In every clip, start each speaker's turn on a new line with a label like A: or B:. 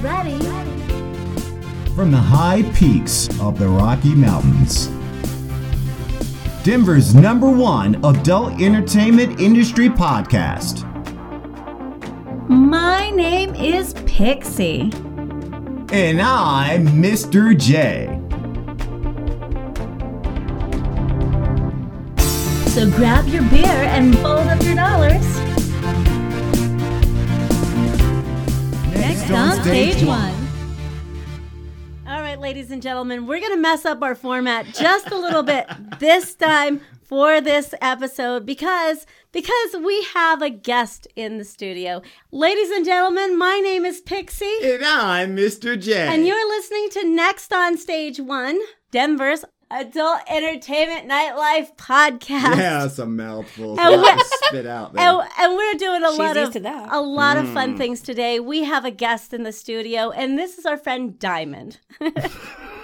A: ready.
B: From the high peaks of the Rocky Mountains, Denver's number one adult entertainment industry podcast.
A: My name is Pixie.
B: And I'm Mr. J.
A: So grab your beer and fold up your dollars. Next on stage one. All right, ladies and gentlemen, we're going to mess up our format just a little bit this time for this episode because because we have a guest in the studio. Ladies and gentlemen, my name is Pixie.
B: And I'm Mr. J.
A: And you're listening to Next on Stage One, Denver's Adult Entertainment Nightlife Podcast.
B: yeah, it's a mouthful.
A: Oh,
B: that was spit out there.
A: And, and we're doing a lot
C: used
A: of
C: to that.
A: a lot of
D: Hmm.
A: fun things today. We have a guest in the studio, and this is our friend Diamond.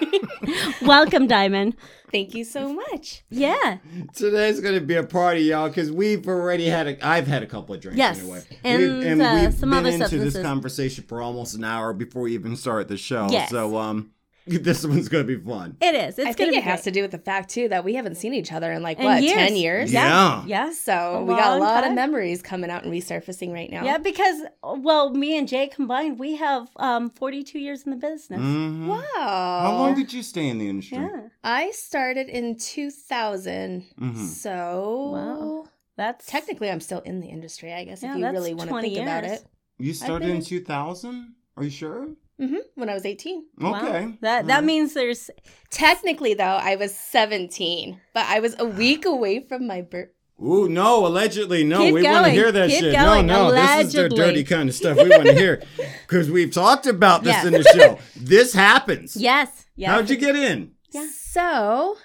A: Welcome, Diamond.
C: Thank you so much.
A: Yeah,
D: Today's gonna be a party, y'all, because we've already had a. I've had a couple of drinks
A: Yes,
D: anyway,
A: and,
D: we've,
A: uh,
D: we've
A: some
D: been
A: other
D: into
A: substances.
D: this conversation for almost an hour before we even start the show.
A: Yes.
D: So um, this one's gonna be fun.
A: it is. It's
C: I
A: gonna
C: think
A: be
C: it has to
A: great.
C: do with the fact too that we haven't seen each other in like
A: In
C: what
A: years.
C: ten years.
D: Yeah.
A: Yes.
C: So
A: A
C: we
A: long
C: got a lot
A: time.
C: of memories coming out and resurfacing right now.
A: Yeah, because well, me and Jay combined, we have um, 42 years in the business.
D: Mhm.
C: Wow.
D: How long did you stay in the industry?
A: Yeah,
C: I started in 2000.
D: Mhm.
C: So
A: Wow. that's
C: technically, I'm still in the industry. I guess
A: Yeah,
C: if you
A: that's
C: really want to
A: 20
C: think about
A: years.
C: it.
D: You started
A: been-
D: in two thousand. Are you sure?
C: hmm When I was 18.
A: wow.
D: Okay. Hmm.
A: That that means there's
C: Technically, though, I was 17, but I was a week away from my birth.
D: Ooh, no, allegedly, no.
A: Keep
D: we want to
A: going.
D: hear that
A: Keep
D: shit.
A: going,
D: No, no, this is the
A: allegedly.
D: dirty kind of stuff we want to hear. Because we've talked about this
A: Yes.
D: in the show. This happens.
A: yes, yes.
D: How'd you get in?
A: Yeah.
C: So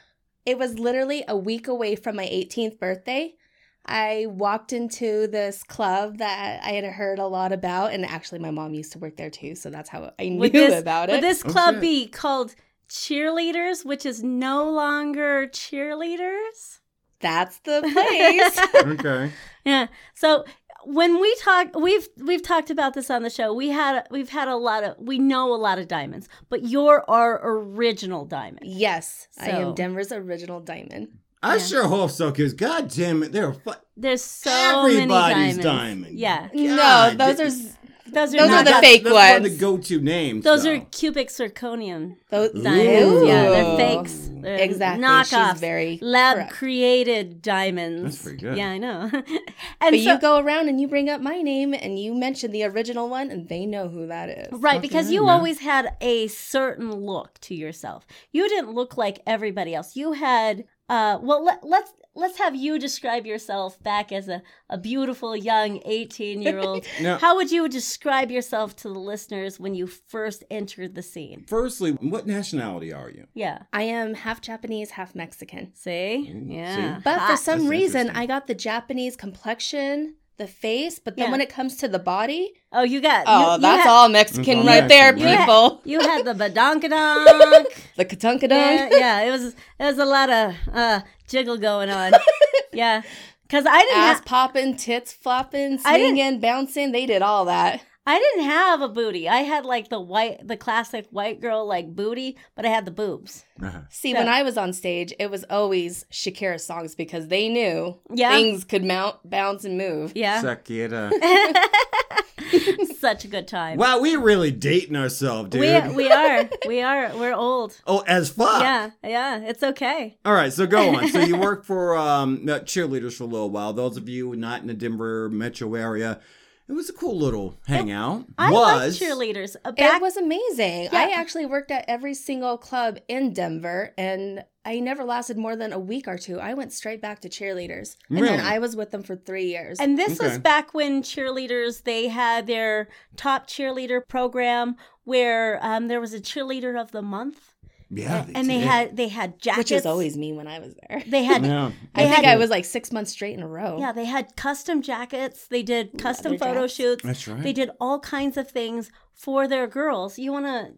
C: it was literally a week away from my 18th birthday. I walked into this club that I had heard a lot about, and actually, my mom used to work there too, so that's how I knew
A: would this,
C: about it.
A: Would this
D: Oh,
A: club
D: shit.
A: be called Cheerleaders, which is no longer Cheerleaders?
C: that's the place.
D: Okay.
A: Yeah. So when we talk, we've we've talked about this on the show. We had we've had a lot of we know a lot of diamonds, but you're our original diamond.
C: yes, I
A: So-
C: am Denver's original diamond.
D: I
A: Yeah.
D: sure hope so, because god damn it, they're fu-
A: There's so many
D: everybody's
A: diamonds.
D: diamond.
A: Yeah.
D: God,
C: no, those
D: th-
C: are
A: Those are
C: Those
A: not
C: are the
A: diamonds.
C: fake
D: that's one of
C: ones.
D: the go-to names.
A: Those
D: though.
A: are cubic zirconium
C: those
A: diamonds.
D: Ooh.
A: Yeah, they're fakes. They're
C: Exactly.
A: Knockoffs.
C: She's very
A: lab
C: correct.
A: created diamonds.
D: That's pretty good.
A: Yeah, I know. and
C: But
A: so-
C: you go around and you bring up my name and you mention the original one, and they know who that is.
A: Right, because
D: Fucking
A: you
D: A, man.
A: always had a certain look to yourself. You didn't look like everybody else. You had uh well let, let's let's have you describe yourself back as a, a beautiful young 18-year-old.
D: Now-
A: How would you describe yourself to the listeners when you first entered the scene?
D: Firstly, what nationality are you?
A: Yeah.
C: I am half Japanese, half Mexican.
A: See?
D: Ooh,
A: yeah.
D: see?
C: But for
A: Hot.
C: some
D: That's
C: reason,
D: interesting.
C: I got the Japanese complexion, the face, but then
A: Yeah.
C: when it comes to the body,
A: Oh, you got
C: oh,
A: you, you
C: that's
A: had,
C: all Mexican
D: That's all
C: right there,
D: Mexican,
A: right?
C: people.
A: You had the badonkadonk.
C: The katunkadon.
A: yeah, yeah, it was it was a lot of uh jiggle going on. yeah. Cuz I didn't have-
C: Ass popping, tits flopping,
A: I didn't-
C: swinging, bouncing. They did all that.
A: I didn't have a booty. I had like the white, the classic white girl like booty, but I had the boobs.
D: Uh-huh.
C: See,
A: Yeah.
C: when I was on stage, it was always Shakira songs because they knew
A: Yeah.
C: things could mount, bounce, and move.
A: Yeah,
D: Suck it up.
A: such a good time.
D: wow, we really dating ourselves, dude.
A: we we are we are we're old.
D: oh, as fuck.
A: Yeah, yeah, it's okay.
D: All right, so go on. So you worked for um, uh, cheerleaders for a little while. Those of you not in the Denver metro area, it was a cool little hangout.
A: I
D: was
A: like cheerleaders. Uh,
C: it
A: Back,
C: was amazing.
A: Yeah.
C: I actually worked at every single club in Denver, and I never lasted more than a week or two. I went straight back to cheerleaders, and
D: Really?
C: then I was with them for three years.
A: and this was
D: Okay.
A: back when cheerleaders they had their top cheerleader program where um, there was a cheerleader of the month,
D: Yeah,
A: and they
D: did.
A: had they had jackets.
C: which was always me when I was there.
A: they had
D: Yeah.
C: I
A: had-
C: think I was like six months straight in a row.
A: Yeah, they had custom jackets. They did custom
C: Leather
A: photo
C: jackets.
A: shoots.
D: That's right.
A: They did all kinds of things for their girls. You want to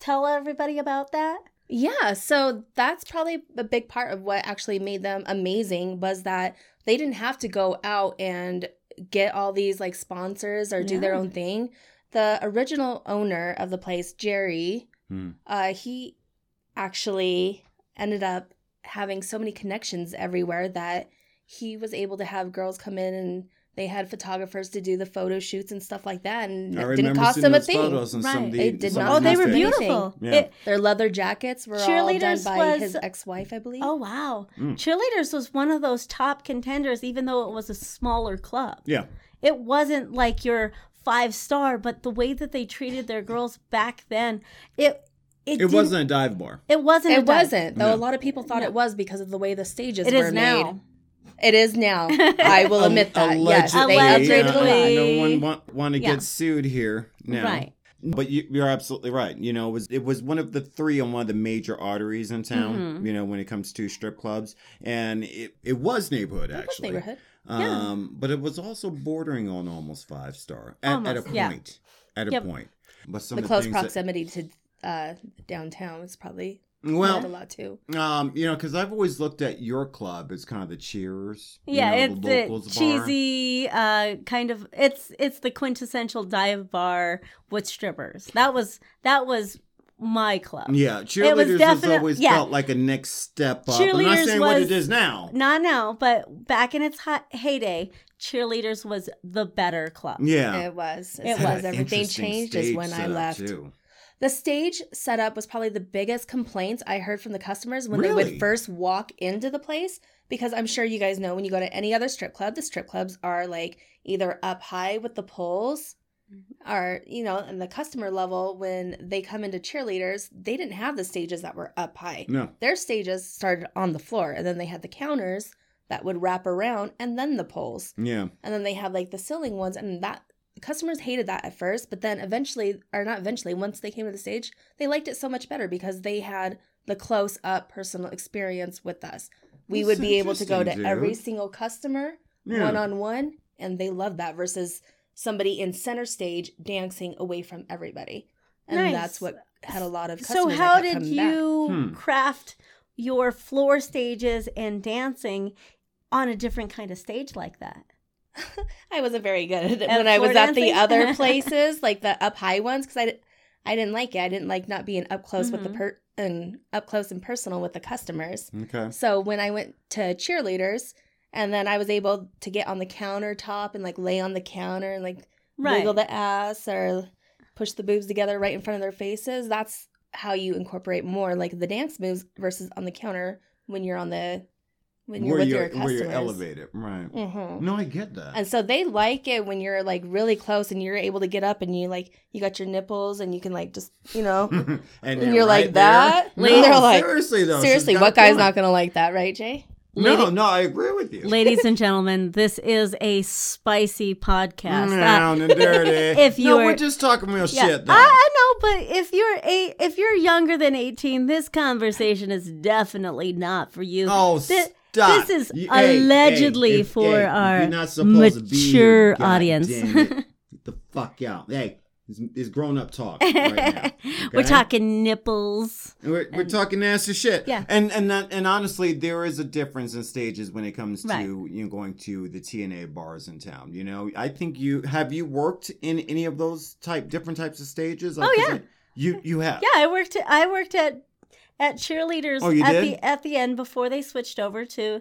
A: tell everybody about that?
C: Yeah, so that's probably a big part of what actually made them amazing was that they didn't have to go out and get all these like sponsors or do their
A: Yeah.
C: own thing. the original owner of the place, Jerry,
D: Hmm.
C: uh, he actually ended up having so many connections everywhere that he was able to have girls come in and they had photographers to do the photo shoots and stuff like that, and
D: I
C: it didn't
D: remember
C: cost
D: seeing
C: them a
D: those
C: thing.
D: photos and some
A: Right.
D: of the,
C: It did
D: some
C: not
D: of
A: Oh,
D: the
A: they were
D: newspapers.
A: beautiful.
D: Yeah.
A: It-
C: Their leather jackets were all done
A: Cheerleaders
C: by
A: was-
C: his ex-wife, I believe.
A: oh wow,
D: Mm.
A: cheerleaders was one of those top contenders, even though it was a smaller club.
D: Yeah.
A: It wasn't like your five star, but the way that they treated their girls back then, it it,
D: It
A: didn't-
D: wasn't a dive bar.
A: It wasn't. a
C: It
A: dive.
C: wasn't, though.
D: No.
C: A lot of people thought it was because of the way the stages
A: It
C: were
A: is now.
C: made. It is now. I will admit that. Yes, they
D: Allegedly.
C: upgraded a lot.
A: Allegedly.
D: No one want, want to
A: Yeah.
D: get sued here. No.
A: Right.
D: But you, you're absolutely right. You know, it was it was one of the three on one of the major arteries in town.
C: Mm-hmm.
D: You know, when it comes to strip clubs, and it, it was neighborhood
C: It was
D: actually.
C: neighborhood.
A: Yeah.
D: Um, but it was also bordering on almost five star at, at a
A: Almost, yeah.
D: point. At a
A: Yep.
D: point. But some of
C: The
D: the
C: close
D: things that-
C: proximity to uh, downtown is probably helped a
D: well,
C: lot too.
D: um, you know, because I've always looked at your club as kind of the cheers. you
A: Yeah,
D: know,
A: it's
D: the
A: the,
D: locals bar.
A: cheesy uh, kind of. It's it's the quintessential dive bar with strippers. That was that was my club.
D: Yeah,
A: It was
D: cheerleaders has
A: definite-
D: always
A: yeah.
D: felt like a next step up. I'm not
A: Cheerleaders
D: saying what
A: was-
D: it is now.
A: Not now, but back in its hot heyday, cheerleaders was the better club.
D: Yeah.
C: It was. It,
A: It
C: was.
A: was.
C: Everything
D: Interesting
C: changed is
D: stage
C: when I
D: setup,
C: left.
D: too.
C: The stage setup was probably the biggest complaints I heard from the customers when they
D: Really?
C: would first walk into the place. Because I'm sure you guys know when you go to any other strip club, the strip clubs are like either up high with the poles or, you know, and the customer level, when they come into cheerleaders, they didn't have the stages that were up high.
D: No.
C: Their stages started on the floor and then they had the counters that would wrap around and then the poles
D: Yeah.
C: and then they had like the ceiling ones and that customers hated that at first but then eventually or not eventually once they came to the stage they liked it so much better because they had the close up personal experience with us we
D: That's
C: would be able to go to
D: interesting,
C: every
D: dude.
C: single customer
D: Yeah.
C: one on one and they loved that versus somebody in center stage dancing away from everybody and
A: Nice.
C: that's what had a lot of
A: So
C: customers that
A: how
C: kept
A: did
C: coming back.
A: you
D: Hmm.
A: craft your floor stages and dancing on a different kind of stage like that?
C: I wasn't very good at it
A: At
C: when I was
A: floor
C: at the
A: dancing?
C: other places, like the up high ones, because I, di- I didn't like it. I didn't like not being up close with the
A: Mhm.
C: per and up close and personal with the customers.
D: Okay.
C: So when I went to cheerleaders, and then I was able to get on the countertop and like lay on the counter and like
A: Right.
C: wiggle the ass or push the boobs together right in front of their faces. That's how you incorporate more like the dance moves versus on the counter when you're on the when you're
D: where
C: with
D: you're
C: your
D: where
C: customers.
D: you're elevated, right?
C: Mm-hmm.
D: No, I get that.
C: And so they like it when you're like really close and you're able to get up and you like you got your nipples and you can like just you know
D: and
C: and you're like
D: right there-
C: that.
D: No,
C: And they're like
D: seriously though. she's
C: seriously,
D: got
C: what
D: a
C: guy's
D: point.
C: not gonna like that, right, Jay?
D: No, no, I agree with you.
A: Ladies and gentlemen, this is a spicy podcast. Uh,
D: Down and dirty.
A: If you
D: no,
A: were-
D: we're just talking real
A: Yeah,
D: shit. Though.
A: I,
C: Ah,
A: I know, but if you're eight, if you're younger than eighteen, this conversation is definitely not for you.
D: Oh,
A: Thi-
D: stop.
A: This is
D: You- hey, hey,
A: allegedly
D: if-
A: for
D: hey,
A: our
D: you're not supposed to be here,
A: mature
D: God
A: audience.
D: damn it. Get the fuck out. Hey, it's, it's grown up talk right now.
A: We're
D: okay?
A: talking nipples.
D: We're, we're talking nasty shit.
A: Yeah.
D: And and that, and honestly, there is a difference in stages when it comes to
A: Right.
D: you know going to the TNA bars in town. You know, I think you have you worked in any of those type different types of stages. Like,
A: Oh,
D: 'cause
A: yeah.
D: I- you you have.
A: Yeah, I worked. At, I worked at at cheerleaders
D: Oh, you
A: at
D: did?
A: the at the end before they switched over to,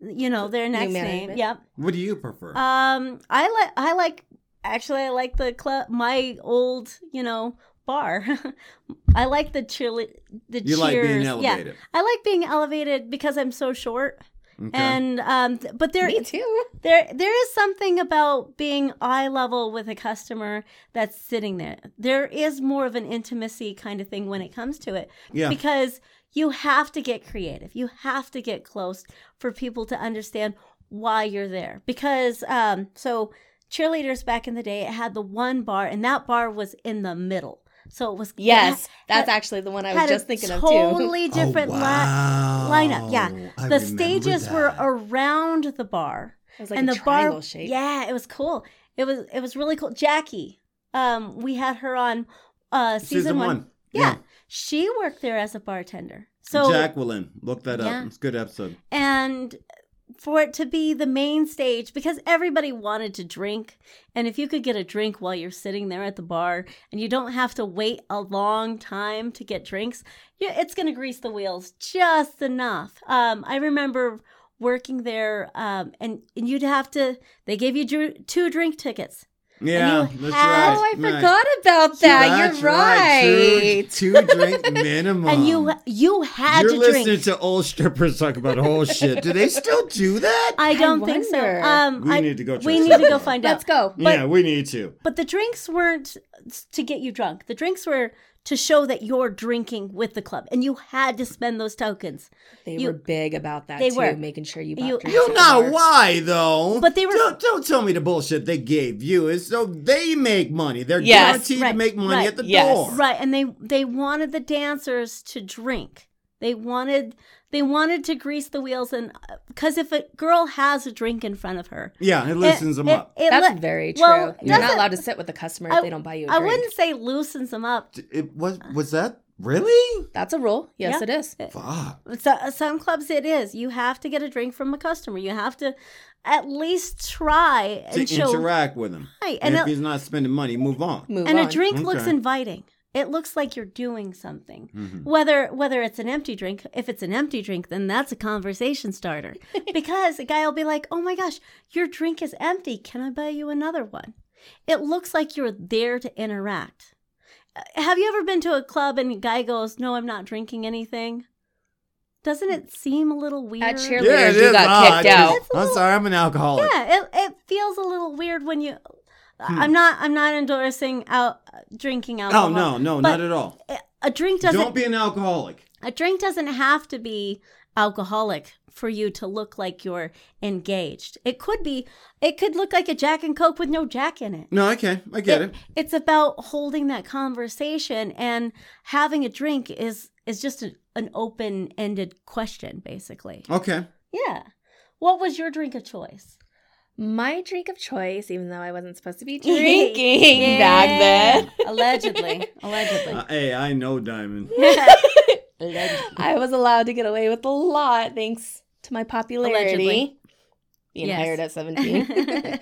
A: you know, their next name.
C: management?
A: Yep.
D: What do you prefer?
A: Um, I like I like actually I like the club my old you know bar. I like the cheerle the
D: you
A: cheers.
D: like being
A: Yeah,
D: elevated.
A: I like being elevated because I'm so short.
D: Okay.
A: And um, th- but there
C: Me too.
A: there there is something about being eye level with a customer that's sitting there. There is more of an intimacy kind of thing when it comes to it
D: yeah.
A: because you have to get creative. You have to get close for people to understand why you're there. Because um, so cheerleaders back in the day it had the one bar, and that bar was in the middle. So it was
C: Yes, that's
A: had-
C: actually the one I
A: had
C: was
A: a
C: just thinking of too.
A: totally different
D: oh,
A: li-
D: wow.
A: lineup. Yeah,
D: I
A: the
D: remember
A: stages
D: that.
A: were around the bar
C: It was like
A: and
C: a
A: the
C: triangle
A: bar
C: shape.
A: yeah it was cool it was it was really cool jackie um we had her on uh season, one, Yeah. she worked there as a bartender so
D: Jacqueline, look that up.
A: Yeah.
D: It's a good episode.
A: and for it to be the main stage because everybody wanted to drink. And if you could get a drink while you're sitting there at the bar and you don't have to wait a long time to get drinks, you- it's going to grease the wheels just enough. Um, I remember working there um, and, and you'd have to, they gave you dr- two drink tickets.
D: Yeah,
A: And you
D: that's
A: had-
D: right.
C: Oh, I
D: Nice.
C: forgot about that.
D: That's
C: You're right.
D: Two, two drink minimum.
A: and you you had
D: Um, You're
A: to
D: listening
A: drink.
D: to old strippers talk about whole shit. Do they still do that?
A: I don't think so.
C: wonder.
A: Um,
D: we
A: I-
D: need to go.
A: we
D: check
A: need to
D: that
A: go
D: out.
A: find out.
C: Let's go.
D: yeah, we need to.
A: But the drinks weren't to get you drunk. The drinks were to show that you're drinking with the club, and you had to spend those tokens.
C: They
A: You-
C: were big about that
A: They
C: too,
A: were.
C: making sure you.
A: You-
C: Bought drinks
D: You
C: at the
D: know
C: bar.
D: why though?
A: But they were-
D: Don't, don't tell me the bullshit they gave you is so they make money. They're
C: Yes.
D: guaranteed
A: Right,
D: to make money
A: right,
D: at the
C: yes.
D: door.
A: Right, and they they wanted the dancers to drink. They wanted they wanted to grease the wheels, and because if a girl has a drink in front of her,
D: Yeah, it loosens them
A: it-
D: up.
A: it
C: That's
A: li-
C: very true.
A: well,
C: You're not
A: doesn't-
C: allowed to sit with the customer
A: I-
C: if they don't buy you a
A: I
C: drink.
A: wouldn't say loosens them up.
D: It was was that really?
C: That's a rule. Yes,
A: Yeah.
C: it is.
D: Fuck.
A: So, some clubs it is. You have to get a drink from a customer. You have to at least try
D: To
A: and show.
D: interact with him.
A: Right,
D: And,
A: and
D: if
A: it-
D: he's not spending money, move on.
C: Move
A: and
C: on.
A: a drink looks
D: Okay.
A: inviting. It looks like you're doing something.
D: Mhm.
A: Whether whether it's an empty drink, if it's an empty drink, then that's a conversation starter. because a guy will be like, "Oh my gosh, your drink is empty. Can I buy you another one?" It looks like you're there to interact. Uh, Have you ever been to a club and a guy goes, "No, I'm not drinking anything"? Doesn't it seem a little weird?
C: At cheerleaders,
D: Yeah, it
C: you
D: is
C: got
D: odd.
C: kicked out.
A: It's a
D: I'm
A: little-
D: sorry, I'm an alcoholic.
A: Yeah, it, it feels a little weird when you. I'm not. I'm not endorsing out drinking alcohol.
D: Hmm. Oh no, no,
A: But
D: not at all.
A: A drink doesn't.
D: Don't be an alcoholic.
A: a drink doesn't have to be alcoholic for you to look like you're engaged. It could be. It could look like a Jack and Coke with no Jack in it.
D: No, okay, I get it.
A: It's about holding that conversation and having a drink is is just an, an open ended question, basically.
D: Okay.
A: Yeah. What was your drink of choice?
C: My drink of choice, even though I wasn't supposed to be
A: drinking
C: drinking back then.
A: Allegedly. Allegedly.
D: Uh, hey, I know Diamond.
A: Allegedly.
C: I was allowed to get away with a lot thanks to my popularity.
A: Allegedly.
C: Being
A: Yes.
C: hired at 17.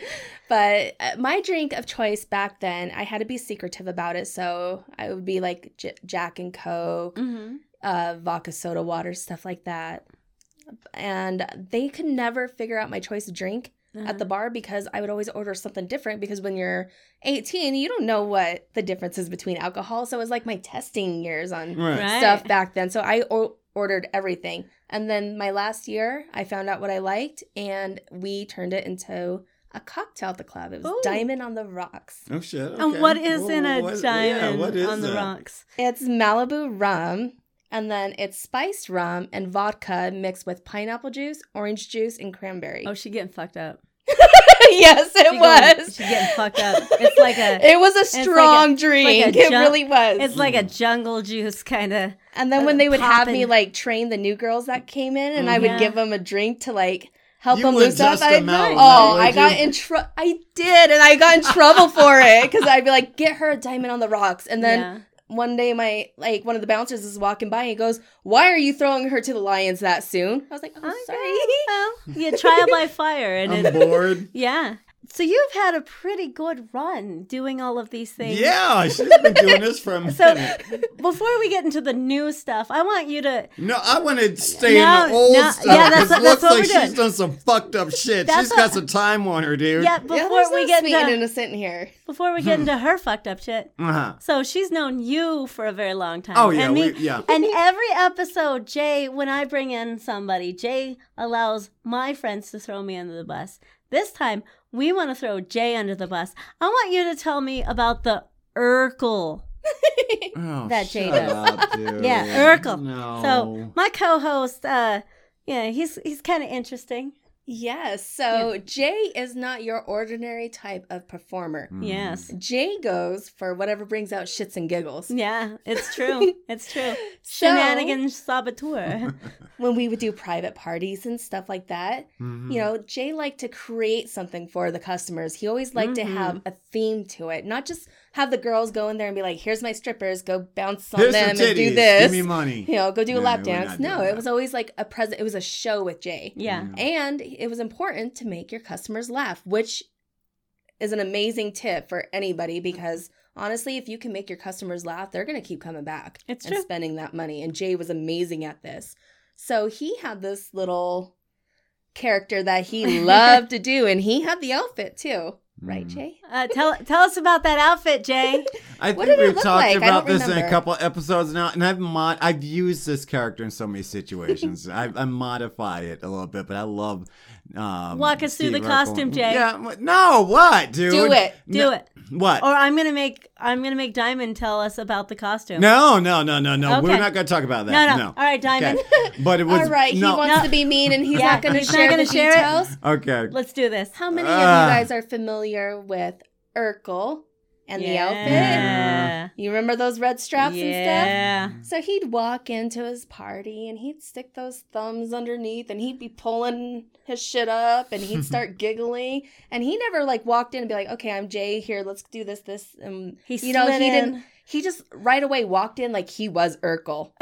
C: but uh, my drink of choice back then, I had to be secretive about it. So I would be like J- Jack and Coke,
A: Mhm.
C: uh, vodka soda water, stuff like that. And they could never figure out my choice of drink at the
A: Mm-hmm.
C: bar because I would always order something different because when you're 18, you don't know what the difference is between alcohol. So it was like my testing years on
D: Right.
A: Right.
C: stuff back then. So I o- ordered everything. And then my last year, I found out what I liked and we turned it into a cocktail at the club. It was
A: Ooh.
C: Diamond on the Rocks.
D: Oh shit. Okay.
A: And what is
D: Whoa,
A: in a
D: what- yeah,
A: diamond
D: what is
A: on the
D: that?
A: rocks?
C: It's Malibu rum and then it's spiced rum and vodka mixed with pineapple juice, orange juice, and cranberry.
A: Oh, she getting fucked up.
C: yes, it
A: She going-
C: was.
A: she getting fucked up. It's like a-
C: It was a
A: like a-
C: strong drink.
A: like a
C: it
A: ju-
C: really was.
A: It's like a jungle juice kind of.
C: and then when they would have me
A: poppin'.
C: like train the new girls that came in, and I
A: Mhm.
C: would give them a drink to like help
D: You
C: them
D: would
C: loose up.
D: dust
C: I,
D: them out,
C: oh,
D: would
C: I got
D: you?
C: in trouble. I did, and I got in trouble for it because I'd be like, "Get her a diamond on the rocks," and then. One day, my like one of the bouncers is walking by and he goes, "Why are you throwing her to the lions that soon?" I was like, "Oh, sorry."
A: Well, you trial by fire, and
D: I'm
A: it,
D: bored.
A: yeah. So you've had a pretty good run doing all of these things.
D: Yeah, she's been doing this for a
A: So
D: minute.
A: before we get into the new stuff, I want you to
D: No, I want to stay in
A: No,
D: the old
A: no,
D: stuff.
A: yeah, that's
D: 'cause
A: what- that's
D: it looks
A: what
D: like
A: we're doing.
D: she's done some fucked up shit.
A: That's
D: she's
A: what-
D: got some time on her, dude.
A: yeah
C: Yeah,
A: before
C: there's
A: we
C: no
A: get
C: sweet
A: into
C: innocent here.
A: before we get into her fucked up shit.
D: Uh-huh.
A: So she's known you for a very long time.
D: Oh, yeah,
A: and
D: we- yeah.
A: And every episode, Jay, when I bring in somebody, Jay allows my friends to throw me under the bus. This time, we want to throw Jay under the bus. I want you to tell me about the Urkel.
D: Oh,
A: That
D: shut
A: Jada.
D: up, dude.
A: Yeah, Urkel.
D: No.
A: So my co-host, uh, yeah, he's he's kind of interesting.
C: Yes. So Jay is not your ordinary type of performer.
D: Mm.
A: Yes.
C: Jay goes for whatever brings out shits and giggles.
A: Yeah, it's true. It's true.
C: So-
A: Shenanigan saboteur.
C: When we would do private parties and stuff like that,
D: Mhm.
C: you know, Jay liked to create something for the customers. He always liked to have a theme to it, not just have the girls go in there and be like, here's my strippers, go bounce on
D: Here's
C: them
D: some
C: and do
D: titties.
C: this.
D: Give me money.
C: you know, go do
D: No,
C: a lap
D: we're not
C: dance.
D: doing
C: No, it
D: that. Mm-hmm.
C: was always like a present, it was a show with Jay.
A: Yeah. eh,
C: And it was important to make your customers laugh, which is an amazing tip for anybody because honestly, if you can make your customers laugh, they're going to keep coming back
A: It's
C: and
A: true.
C: spending that money. And Jay was amazing at this. So he had this little character that he loved to do, and he had the outfit too. Right,
D: Mm.
C: Jay?
A: Uh, tell tell us about that outfit, Jay.
D: I
C: What
D: think
C: did it
D: we've
C: look
D: talked
C: like? I
D: about
C: don't
D: this in
C: remember.
D: a couple episodes now, and I've mod- I've used this character in so many situations. I, I modify it a little bit, but I love. Um,
A: Walk us through the costume, Jay.
D: Yeah, wh- no, what, dude?
C: Do it.
A: Do
D: No-
A: it,
D: What?
A: or I'm gonna make I'm gonna make Diamond tell us about the costume.
D: no, no, no, no, no. We're
A: Okay.
D: not going to talk about
A: no, no.
D: that. No,
A: All right, Diamond,
D: Okay. But it was
C: All right,
D: no.
C: he wants
A: No.
C: to be mean, and he's
A: Yeah,
C: not going to
A: he's not
C: share
A: gonna
C: the
A: share it.
C: details.
D: okay.
A: let's do this.
C: How many of you
D: Ah.
C: guys are familiar with Urkel and the outfit?
A: Yeah.
C: You remember those red straps and
A: yeah.
C: stuff? So he'd walk into his party and he'd stick those thumbs underneath and he'd be pulling his shit up and he'd start giggling. And he never like walked in and be like, okay, I'm Jay here. Let's do this, this. And
A: He
C: you know,
A: slid
C: he
A: in.
C: didn't, he just right away walked in like he was Urkel.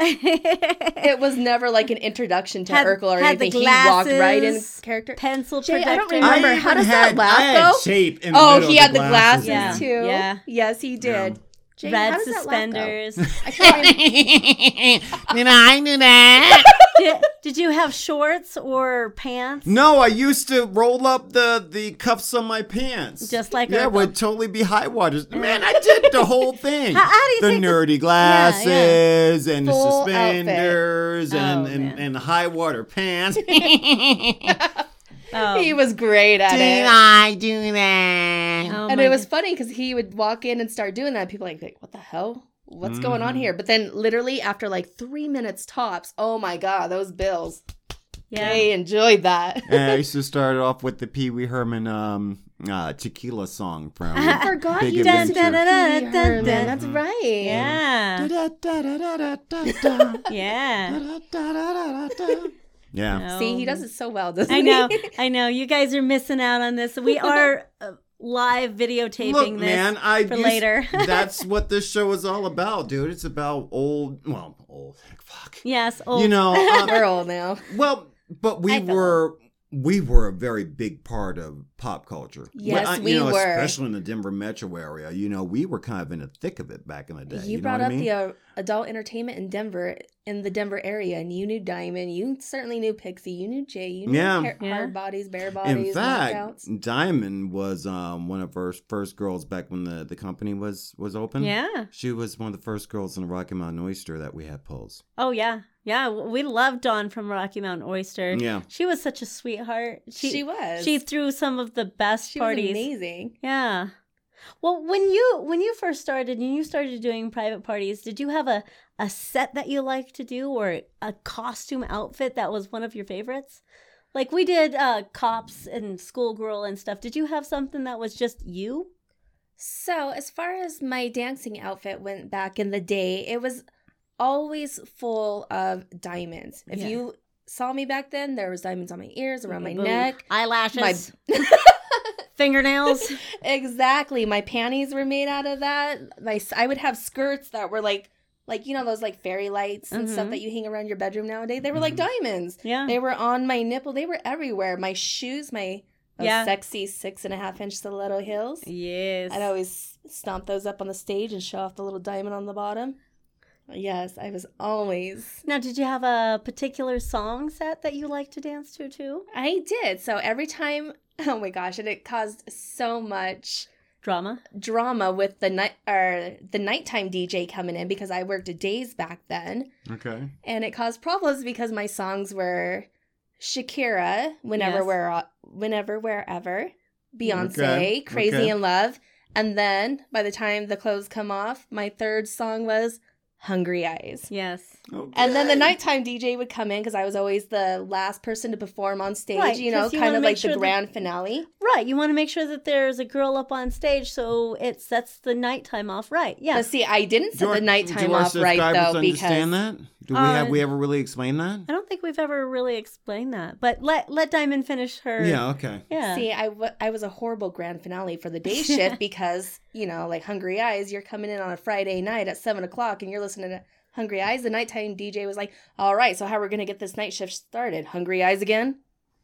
C: It was never like an introduction to
A: Had-
C: Urkel or
A: had the
C: anything. He walked right in
A: glasses.
C: character.
A: Pencil
C: Jay, I don't
A: projector.
D: I
C: remember. How
D: even
C: does that
D: had-
C: laugh,
D: I had
C: though?
D: shape in the
C: Oh,
D: middle
C: he
D: of
C: had the glasses,
A: glasses. Yeah.
C: too.
A: Yeah.
C: Yes, he did.
D: Yeah.
C: Jay, how
A: Red
C: does that laugh go?
A: suspenders.
C: I can't remember.
A: did, did you have shorts or pants?
D: No, I used to roll up the the cuffs on my pants.
A: Just like
D: yeah,
A: Urkel.
D: would totally be high waters. Man, I did the whole thing.
A: How- how do you
D: the
A: think this-
D: nerdy
A: Yeah, yeah.
D: glasses and the
C: Full
D: suspenders and,
A: Oh, man.
D: and and the high water pants.
A: Oh.
C: He was great at it.
D: I do that?
A: Oh
C: and
A: my
C: it was funny because he would walk in and start doing that. People like, like what the hell? What's going on here? But then, literally after like three minutes tops, oh my god, those bills!
A: Yeah.
C: They enjoyed that.
D: And I used to start off with the Pee Wee Herman um, uh, tequila song from.
C: I forgot
D: Big
C: you did
D: Adventure.
A: Dun, dun, dun, dun, dun.
C: That's right.
A: Yeah.
D: Da-da-da-da-da-da-da.
A: Yeah.
D: Da-da-da-da-da-da. Yeah.
A: No.
C: See, he does it so well, doesn't
A: I know.
C: he?
A: I know. You guys are missing out on this. We are uh, live videotaping
D: Look,
A: this.
D: man, I
A: for
D: used-
A: later.
D: that's what this show is all about, dude. It's about old, well, old, fuck.
A: Yes. Oh, Old.
D: You know, um,
C: We're old now.
D: well, but we
C: I felt-
D: were we were a very big part of pop culture.
C: Yes,
D: Well, I-
C: we
D: you know,
C: were.
D: especially in the Denver metro area. You know, we were kind of in the thick of it back in the day.
C: you
D: know
C: brought
D: what I
C: up
D: mean?
C: the uh, adult entertainment in Denver, in the Denver area, and you knew Diamond. You certainly knew Pixie. You knew Jay. You knew
D: Yeah.
C: Har-
A: Yeah.
C: Hard Bodies, Bare Bodies,
D: In fact,
C: Knockouts.
D: Diamond was um, one of her first girls back when the, the company was was open.
A: Yeah.
D: She was one of the first girls in the Rocky Mountain Oyster that we had polls.
A: Oh yeah. Yeah. We love Dawn from Rocky Mountain Oyster.
D: Yeah.
A: She was such a sweetheart.
C: She,
A: She she,
C: was.
A: threw some of the best
C: she was
A: parties.
C: amazing.
A: Yeah. Well, when you when you first started and you started doing private parties, did you have a a set that you liked to do or a costume outfit that was one of your favorites? Like we did uh cops and schoolgirl and stuff. Did you have something that was just you?
C: So, as far as my dancing outfit went back in the day, it was always full of diamonds. If
A: Yeah.
C: you saw me back then, there was diamonds on my ears, around my
A: Boom.
C: neck.
A: eyelashes, fingernails.
C: Exactly. My panties were made out of that. My s- I would have skirts that were like like you know those like fairy lights and stuff
A: Mhm.
C: that you hang around your bedroom nowadays. They were like
A: Mm-hmm.
C: diamonds.
A: Yeah.
C: They were on my nipple. They were everywhere. My shoes, my those
A: Yeah.
C: sexy six and a half inch stiletto heels.
A: Yes.
C: I'd always stomp those up on the stage and show off the little diamond on the bottom. Yes, I was always.
A: Now, did you have a particular song set that you like to dance to too?
C: I did. So every time, oh my gosh, and it caused so much
A: Drama.
C: drama with the night or the nighttime DJ coming in because I worked days back then,
D: Okay.
C: and it caused problems because my songs were Shakira, whenever
A: Yes.
C: we're whenever wherever, Beyonce,
D: Okay,
C: Crazy
D: okay.
C: in Love, and then by the time the clothes come off, my third song was Hungry Eyes.
A: Yes.
D: Oh,
C: And then the nighttime DJ would come in because I was always the last person to perform on stage,
A: Right,
C: you know,
A: 'cause you
C: kind
A: wanna
C: of
A: make
C: like
A: sure
C: the
A: that-
C: grand finale.
A: Right. You want to make sure that there's a girl up on stage so it sets the nighttime off right. Yeah.
C: But see, I didn't set the nighttime
D: our
C: off right
D: subscribers
C: though because
D: understand that? Do we
A: Uh,
D: have we ever really explained that?
A: I don't think we've ever really explained that. But let let Diamond finish her.
D: Yeah. Okay.
A: Yeah.
C: See, I wa- I was a horrible grand finale for the day shift because, you know, like Hungry Eyes, you're coming in on a Friday night at 7 o'clock and you're listening to Hungry Eyes. The nighttime DJ was like, all right, so how are we going to get this night shift started? Hungry Eyes again?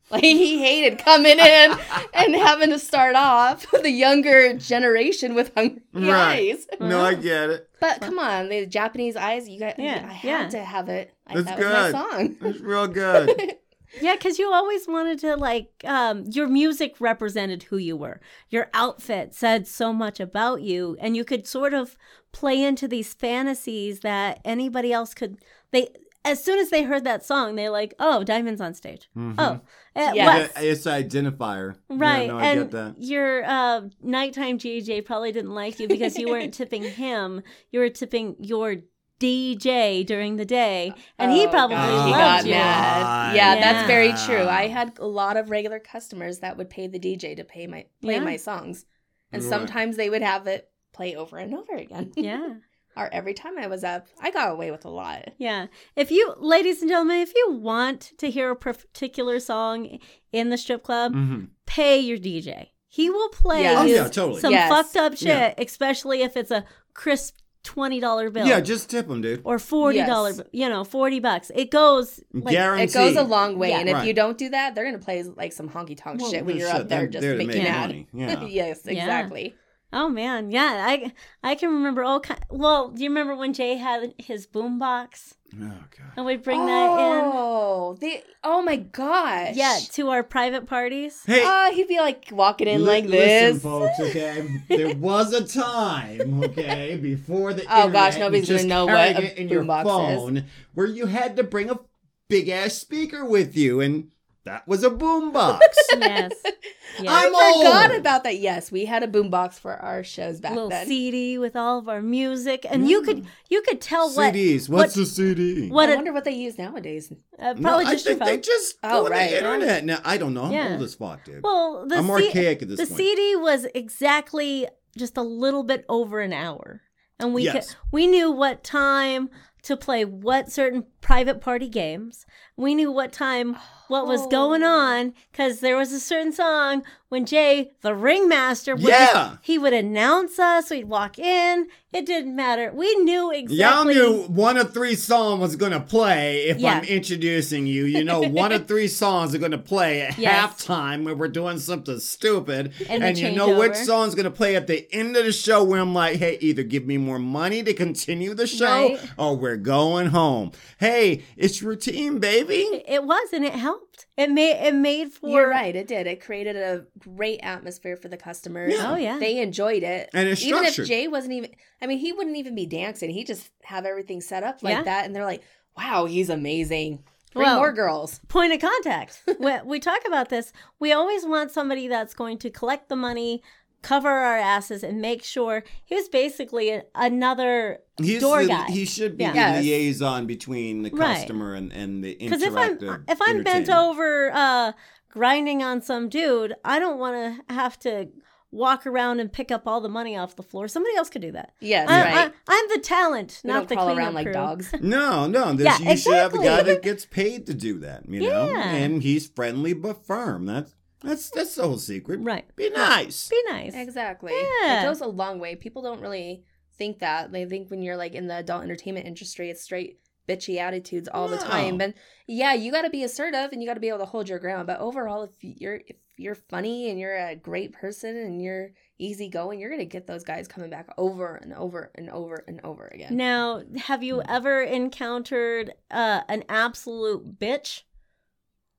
C: Like he hated coming in and having to start off the younger generation with hungry
D: Right.
C: eyes.
D: No, I get it.
C: But come on, the Japanese eyes, you got
A: Yeah,
C: I had
A: yeah.
C: to have it. I,
D: That's
C: that
D: good.
C: was my song.
D: It's real good.
A: Yeah, because you always wanted to like um, your music represented who you were. Your outfit said so much about you, and you could sort of play into these fantasies that anybody else could. They as soon as they heard that song, they like, oh, Diamonds on stage. Oh, uh,
C: Yeah.
A: Wes.
D: Mm-hmm. Yeah, It's an identifier. Yeah,
A: Right,
D: no, I
A: and
D: get that.
A: your uh, nighttime GJ probably didn't like you because you weren't tipping him. You were tipping your DJ during the day, and he
C: Oh,
A: probably
C: God,
A: loved
C: he got
A: you.
C: mad. Yeah,
A: Yeah.
C: that's very true. I had a lot of regular customers that would pay the DJ to pay my play
A: Yeah.
C: my songs, and
D: Right.
C: sometimes they would have it play over and over again.
A: Yeah.
C: or every time I was up, I got away with a lot.
A: Yeah. If you, ladies and gentlemen, if you want to hear a particular song in the strip club,
D: Mhm.
A: pay your DJ. He will play
C: Yeah.
D: Oh,
A: you
D: yeah, totally.
A: some
C: Mm. Yes.
A: fucked up shit,
D: Yeah.
A: especially if it's a crisp $20 bill.
D: Yeah, just tip them, dude.
A: or $40,
C: Yes.
A: you know, 40 bucks. It goes like,
D: Guaranteed.
C: It goes a long way,
A: Yeah.
C: and if
D: Right.
C: you don't do that, they're gonna play like some honky tonk
D: Well,
C: shit when you're
D: shit,
C: up there
D: they're
C: just
D: there to
C: making
D: make
C: out.
D: money, yeah.
C: yes,
A: Yeah.
C: exactly.
A: oh man, yeah. I I can remember all kind Well, do you remember when Jay had his boombox
D: Oh, God.
A: and we'd bring
C: oh, the oh my
A: that
C: gosh.
A: in? Yeah, to our private parties.
D: Hey,
C: Oh, he'd be like walking in
B: Li-
C: like
B: listen,
C: this.
B: folks. Okay, there was a time, okay, before the
C: Oh, gosh,
B: internet
C: nobody's
B: and
C: gonna
B: just
C: know
B: carrying
C: what a
B: it in your
C: boombox is.
B: phone, where you had to bring a big ass speaker with you, and that was a boombox.
A: yes. yes.
B: I'm
C: I forgot
B: old.
C: about that. Yes, we had a boombox for our shows back
A: little
C: then. Mm.
A: CD with all of our music, and you could you could tell what
B: CDs.
A: what-
B: What's a CD?
A: what
C: I
A: a,
C: wonder what they use nowadays.
A: uh,
D: No,
A: probably
D: I
A: just your
D: think they
A: phone.
D: just
C: Oh,
D: go to
C: right.
D: the internet now. I don't know. I'm
A: Yeah.
D: old as fuck, dude.
A: Well, the
D: I'm
A: C-
D: archaic at this
A: the
D: point.
A: CD was exactly just a little bit over an hour, and we
D: Yes.
A: could, we knew what time to play what certain private party games. We knew what time what was going
C: Oh.
A: on because there was a certain song when Jay, the ringmaster, would
D: Yeah.
A: he would announce us. We'd walk in. It didn't matter. We knew
D: Y'all
A: exactly.
D: knew one of three songs was going to play if
A: Yeah.
D: I'm introducing you. You know, one of three songs are going to play at
A: Yes.
D: halftime when we're doing something stupid.
A: And
D: And,
A: the
D: you know which
A: changeover.
D: song's going to play at the end of the show where I'm like, hey, either give me more money to continue the show
A: Right.
D: or we're going home. Hey, it's routine, baby.
A: It was, and it helped. It made it made for
C: You're right. It did. It created a great atmosphere for the customers.
A: Oh yeah,
C: They enjoyed it.
D: And it's
C: even if
D: structured.
C: Jay wasn't even I mean, he wouldn't even be dancing. He just have everything set up like
A: Yeah.
C: that and they're like, Wow, he's amazing. Bring
A: Well-
C: more girls.
A: point of contact. when we talk about this, we always want somebody that's going to collect the money, cover our asses, and make sure he was basically a- another
D: He's
A: door
D: the-
A: guy.
D: He should be
A: Yeah.
D: the
C: Yes.
D: liaison between the
A: Right.
D: customer and, and the
A: because
D: interactive.
A: if I'm if I'm bent
D: entertainment.
A: over uh, grinding on some dude, I don't want to have to walk around and pick up all the money off the floor. Somebody else could do that.
C: Yes,
A: I,
C: right.
A: I, am the talent,
C: We
A: not
C: don't
A: the
C: crawl
A: cleanup
C: around like
A: crew.
C: dogs.
D: No, no. This,
A: Yeah,
D: you should have a guy
A: exactly.
D: that gets paid to do that, you know?
A: Yeah.
D: And he's friendly but firm. That's that's that's the whole secret.
A: Right.
D: Be nice.
A: Be nice.
C: Exactly.
A: Yeah.
C: It goes a long way. People don't really think that. They think when you're like in the adult entertainment industry, it's straight bitchy attitudes all the
D: No.
C: time. And yeah, you got to be assertive and you got to be able to hold your ground. But overall, if you're if you're funny and you're a great person and you're easygoing, you're gonna get those guys coming back over and over and over and over again.
A: Now, have you ever encountered uh, an absolute bitch?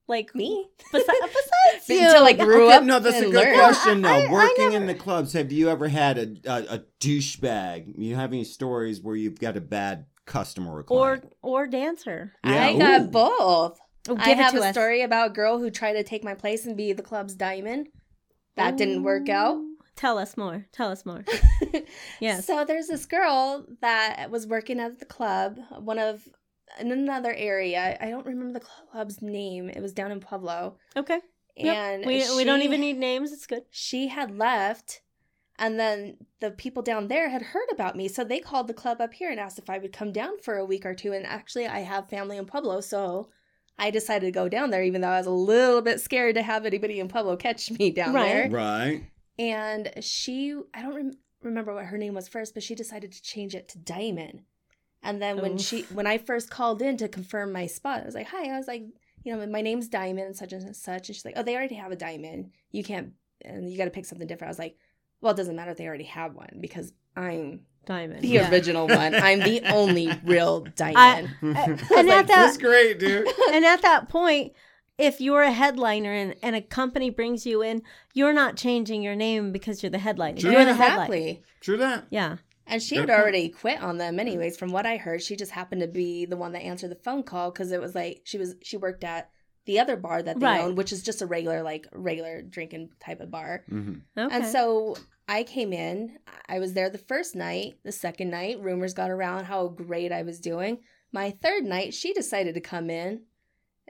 A: Like
C: Me
A: Besi- uh, besides you,
C: until I grew
D: Okay,
C: up.
D: no, that's a
C: and
D: good
C: learned.
D: question.
A: I-
D: though.
A: I
D: working
A: never-
D: in the clubs, have you ever had a, a a douchebag? You have any stories where you've got a bad customer or
A: or
D: client?
A: or dancer.
D: Yeah,
C: I got
D: ooh.
C: both.
A: Oh, give
C: I
A: it
C: have
A: to
C: a
A: us.
C: story about a girl who tried to take my place and be the club's diamond. That didn't work out.
A: Ooh. Tell us more. Tell us more. Yes.
C: So there's this girl that was working at the club, one of in another area. I don't remember the club's name. It was down in Pueblo,
A: Okay. Yep.
C: and
A: we we don't
C: she-
A: even e-, need names. It's good.
C: She had left, and then the people down there had heard about me, so they called the club up here and asked if I would come down for a week or two. And actually, I have family in Pueblo, so. I decided to go down there, even though I was a little bit scared to have anybody in Pueblo catch me down
A: Right.
C: there.
D: Right.
C: and she i don't rem- remember what her name was first but she decided to change it to diamond and then when
A: Oof.
C: she when i first called in to confirm my spot i was like hi i was like you know, my name's Diamond and such and such. And she's like, oh, they already have a diamond. You can't, and you got to pick something different. I was like, well, it doesn't matter if they already have one because I'm
A: Diamond.
C: the
A: Yeah.
C: original one. I'm the only real diamond.
A: and
D: That's
A: at
C: like,
A: that
D: great, dude.
A: and at that point, if you're a headliner and, and a company brings you in, you're not changing your name because you're the headliner.
D: Sure.
A: You're the headline.
C: exactly.
D: True that.
A: Yeah.
C: And she
D: Good
C: had
D: point.
C: already quit on them, anyways. From what I heard, she just happened to be the one that answered the phone call because it was like she was she worked at the other bar that they
A: Right.
C: own, which is just a regular like regular drinking type of bar.
D: Mm-hmm.
A: Okay.
C: And so I came in. I was there the first night. The second night, rumors got around how great I was doing. My third night, she decided to come in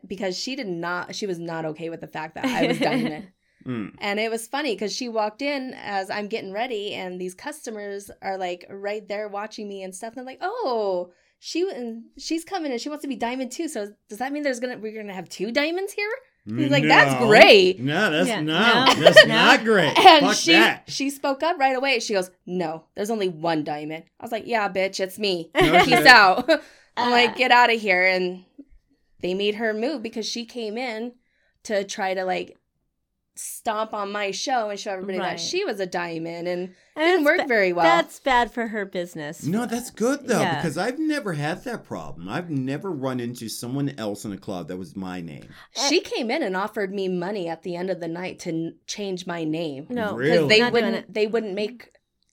C: because she did not. She was not okay with the fact that I was diamond.
D: Mm.
C: And it was funny because she walked in as I'm getting ready, and these customers are like right there watching me and stuff. And I'm like, oh, she and she's coming and she wants to be diamond too. So does that mean there's gonna we're gonna have two diamonds here? He's like, that's
D: No.
C: great.
D: No, that's
A: Yeah.
D: no,
A: No.
D: that's
A: No.
D: not great.
C: And
D: Fuck
C: she
D: that.
C: she spoke up right away. She goes, no, there's only one diamond. I was like, yeah, bitch, it's me.
D: No
C: Peace
D: shit.
C: out. I'm
A: Ah.
C: like, get out of here. And they made her move because she came in to try to like stomp on my show and show everybody
A: Right.
C: that she was a diamond and
A: And
C: didn't
A: it's
C: work
A: ba-
C: very well.
A: That's bad for her business.
D: No, that's good though,
A: Yeah.
D: because I've never had that problem. I've never run into someone else in a club that was my name.
C: she came in and offered me money at the end of the night to n- change my name.
A: No.
D: Really?
C: Because they
A: Not doing
C: wouldn't they wouldn't make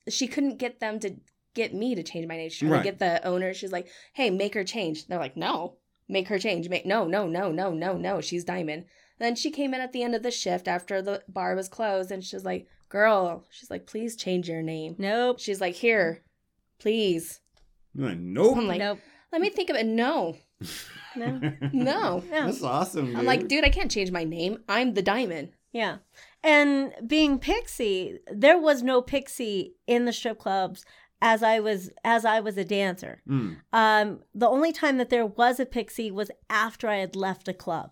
C: she couldn't get them to get me to change my name. She tried
D: Right.
C: to get the owner. She's like, Hey, make her change. They're like, No, make her change. Make no, no, no, no, no, no. She's diamond. Then she came in at the end of the shift after the bar was closed and she's like, Girl, she's like, please change your name.
A: Nope.
C: She's like, Here, please.
D: I'm like, nope.
C: I'm like,
A: nope.
C: let me think of it. No,
A: No.
C: no.
A: No.
D: That's awesome. Dude.
C: I'm like, dude, I can't change my name. I'm the diamond.
A: Yeah. And being pixie, there was no pixie in the strip clubs as I was as I was a dancer.
D: Mm.
A: Um, the only time that there was a pixie was after I had left a club.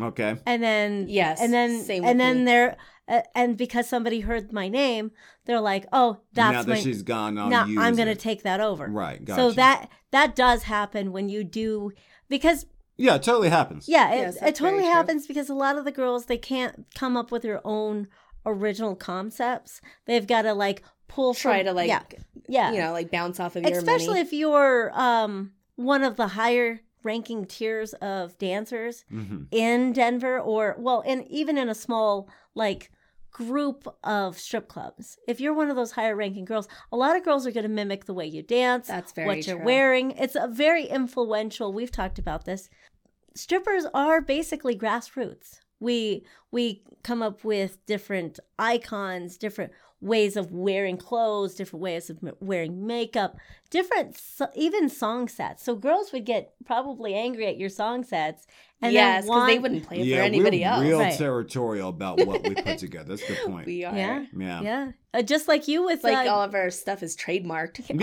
D: okay.
A: and then
C: Yes,
A: and then
C: same
A: and
C: with
A: then
C: me.
A: they're uh, and because somebody heard my name, they're like, "Oh, that's
D: now that
A: my
D: she's gone, I'll
A: now
D: use
A: I'm gonna
D: it.
A: take that over."
D: Right. Gotcha.
A: So that that does happen when you do because
D: yeah, it totally happens.
A: yeah, it,
C: Yes,
A: it
C: that's very
A: totally
C: true.
A: happens because a lot of the girls they can't come up with their own original concepts. They've got to like pull
C: Try
A: from-
C: to like,
A: yeah, yeah.
C: you know, like bounce off of your
A: especially
C: money.
A: if you're um one of the higher ranking tiers of dancers
D: Mhm.
A: in Denver or well in even in a small like group of strip clubs. If you're one of those higher ranking girls, a lot of girls are going to mimic the way you dance,
C: That's very
A: what you're
C: true.
A: wearing. It's a very influential. We've talked about this. Strippers are basically grassroots. We we come up with different icons, different ways of wearing clothes, different ways of m- wearing makeup, different so- even song sets. So girls would get probably angry at your song sets and
C: yes,
A: then
C: because they
A: want-
C: wouldn't play it
D: yeah,
C: for anybody
D: we're
C: else.
D: real
A: Right.
D: territorial about what we put together. That's a good point.
C: We are.
A: Yeah.
D: Yeah.
A: Yeah, uh, just like you with
C: It's like
A: uh,
C: all of our stuff is trademarked.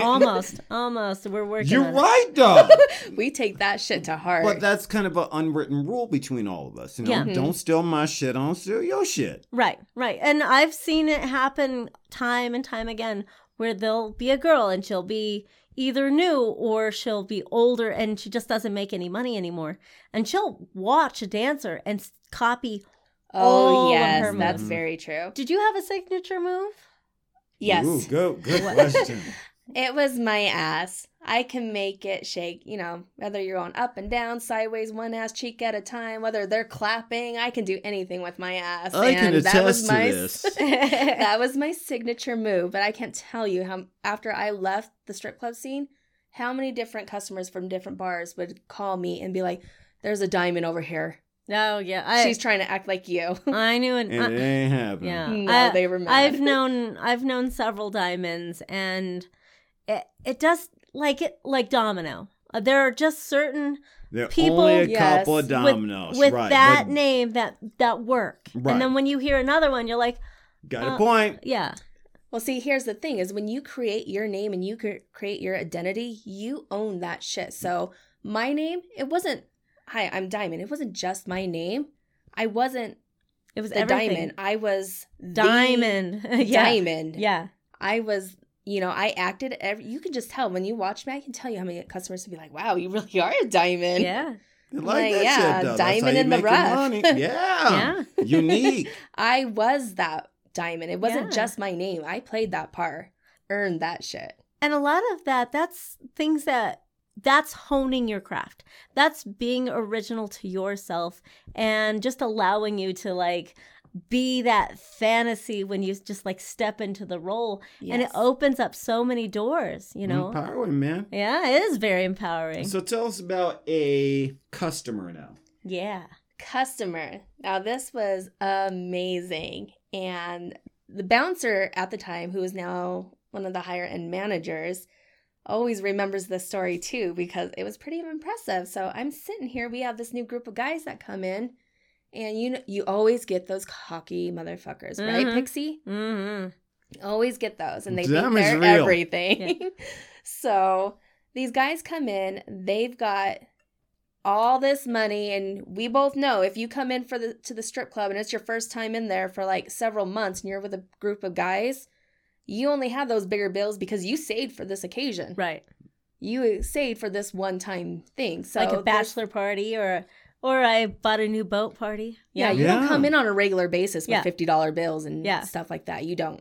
A: almost, almost. We're working.
D: You're
A: on it.
D: right, though.
C: We take that shit to heart.
D: but that's kind of an unwritten rule between all of us. You know,
A: Yeah. Mm-hmm.
D: don't steal my shit. I don't steal your shit.
A: Right, right. And I've seen it happen time and time again where there'll be a girl and she'll be either new or she'll be older and she just doesn't make any money anymore. And she'll watch a dancer and s- copy. all
C: oh
A: of
C: yes,
A: her
C: that's
D: moves.
C: very true.
A: Did you have a signature move?
C: Yes,
D: Ooh, good, good
A: What?
D: question.
C: it was my ass. I can make it shake. You know, whether you're going up and down, sideways, one ass cheek at a time, whether they're clapping, I can do anything with my ass.
D: I can
C: and that was
D: attest to
C: my
D: this.
C: that was my signature move. But I can't tell you how after I left the strip club scene, how many different customers from different bars would call me and be like, "There's a diamond over here.
A: No, Oh, yeah. I,
C: She's trying to act like you."
A: I knew it.
C: Uh,
D: and it
A: I,
D: ain't happening.
A: yeah.
C: no,
A: Uh, I-
C: they were mad.
A: I've known I've known several diamonds, and it it does like it like domino. Uh, There are just certain
D: They're
A: People-
D: only a
C: Yes.
D: couple of
A: with-
D: dominoes.
A: with
D: right.
A: that
D: but
A: name that that work.
D: Right.
A: And then when you hear another one, you're like,
D: got
A: uh,
D: a point.
A: yeah,
C: Well, see, here's the thing: is when you create your name and you cre- create your identity, you own that shit. So my name, it wasn't. Hi, I'm Diamond. It wasn't just my name. I wasn't
A: it was
C: the
A: everything.
C: diamond. I was the
A: Diamond. yeah.
C: Diamond.
A: Yeah.
C: I was, you know, I acted. Every, you can just tell when you watch me. I can tell you how many customers would be like, "Wow, you really are a diamond."
A: Yeah.
D: They like that
C: yeah,
D: shit, though. That's how
C: diamond
D: you
C: in the
D: make your
C: rough.
D: money. Yeah. Unique.
C: I was that diamond. It wasn't
A: Yeah.
C: just my name. I played that part, earned that shit.
A: And a lot of that, that's things that that's honing your craft. That's being original to yourself and just allowing you to like be that fantasy when you just like step into the role. And it
C: Yes.
A: opens up so many doors, you know?
D: Empowering, man.
A: yeah, it is very empowering.
D: So tell us about a customer now.
A: yeah.
C: customer. Now, this was amazing. And the bouncer at the time, who is now one of the higher end managers, always remembers this story too because it was pretty impressive. So I'm sitting here, we have this new group of guys that come in. And you know, you always get those cocky motherfuckers, right,
A: Mhm.
C: Pixie?
A: Mm-hmm.
C: Always get those, and they
D: Them
C: think
D: is
C: they're
D: real.
C: everything. so these guys come in, they've got all this money, and we both know if you come in for the to the strip club and it's your first time in there for like several months, and you're with a group of guys, you only have those bigger bills because you saved for this occasion.
A: Right.
C: You saved for this one time thing. So
A: like a
C: this-
A: bachelor party or or I bought a new boat party.
C: Yeah, you don't
D: Yeah.
C: come in on a regular basis with
A: Yeah.
C: fifty dollar bills and
A: Yeah.
C: stuff like that. You don't.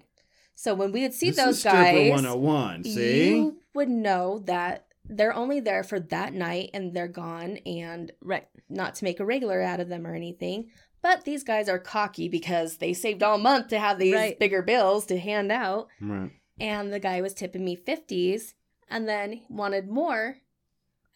C: So when we would see
D: this
C: those
D: is Stripper
C: guys,
D: 101, see?
C: you would know that they're only there for that night and they're gone and
A: Right.
C: not to make a regular out of them or anything but these guys are cocky because they saved all month to have these
A: Right.
C: bigger bills to hand out
D: Right.
C: and the guy was tipping me 50s and then wanted more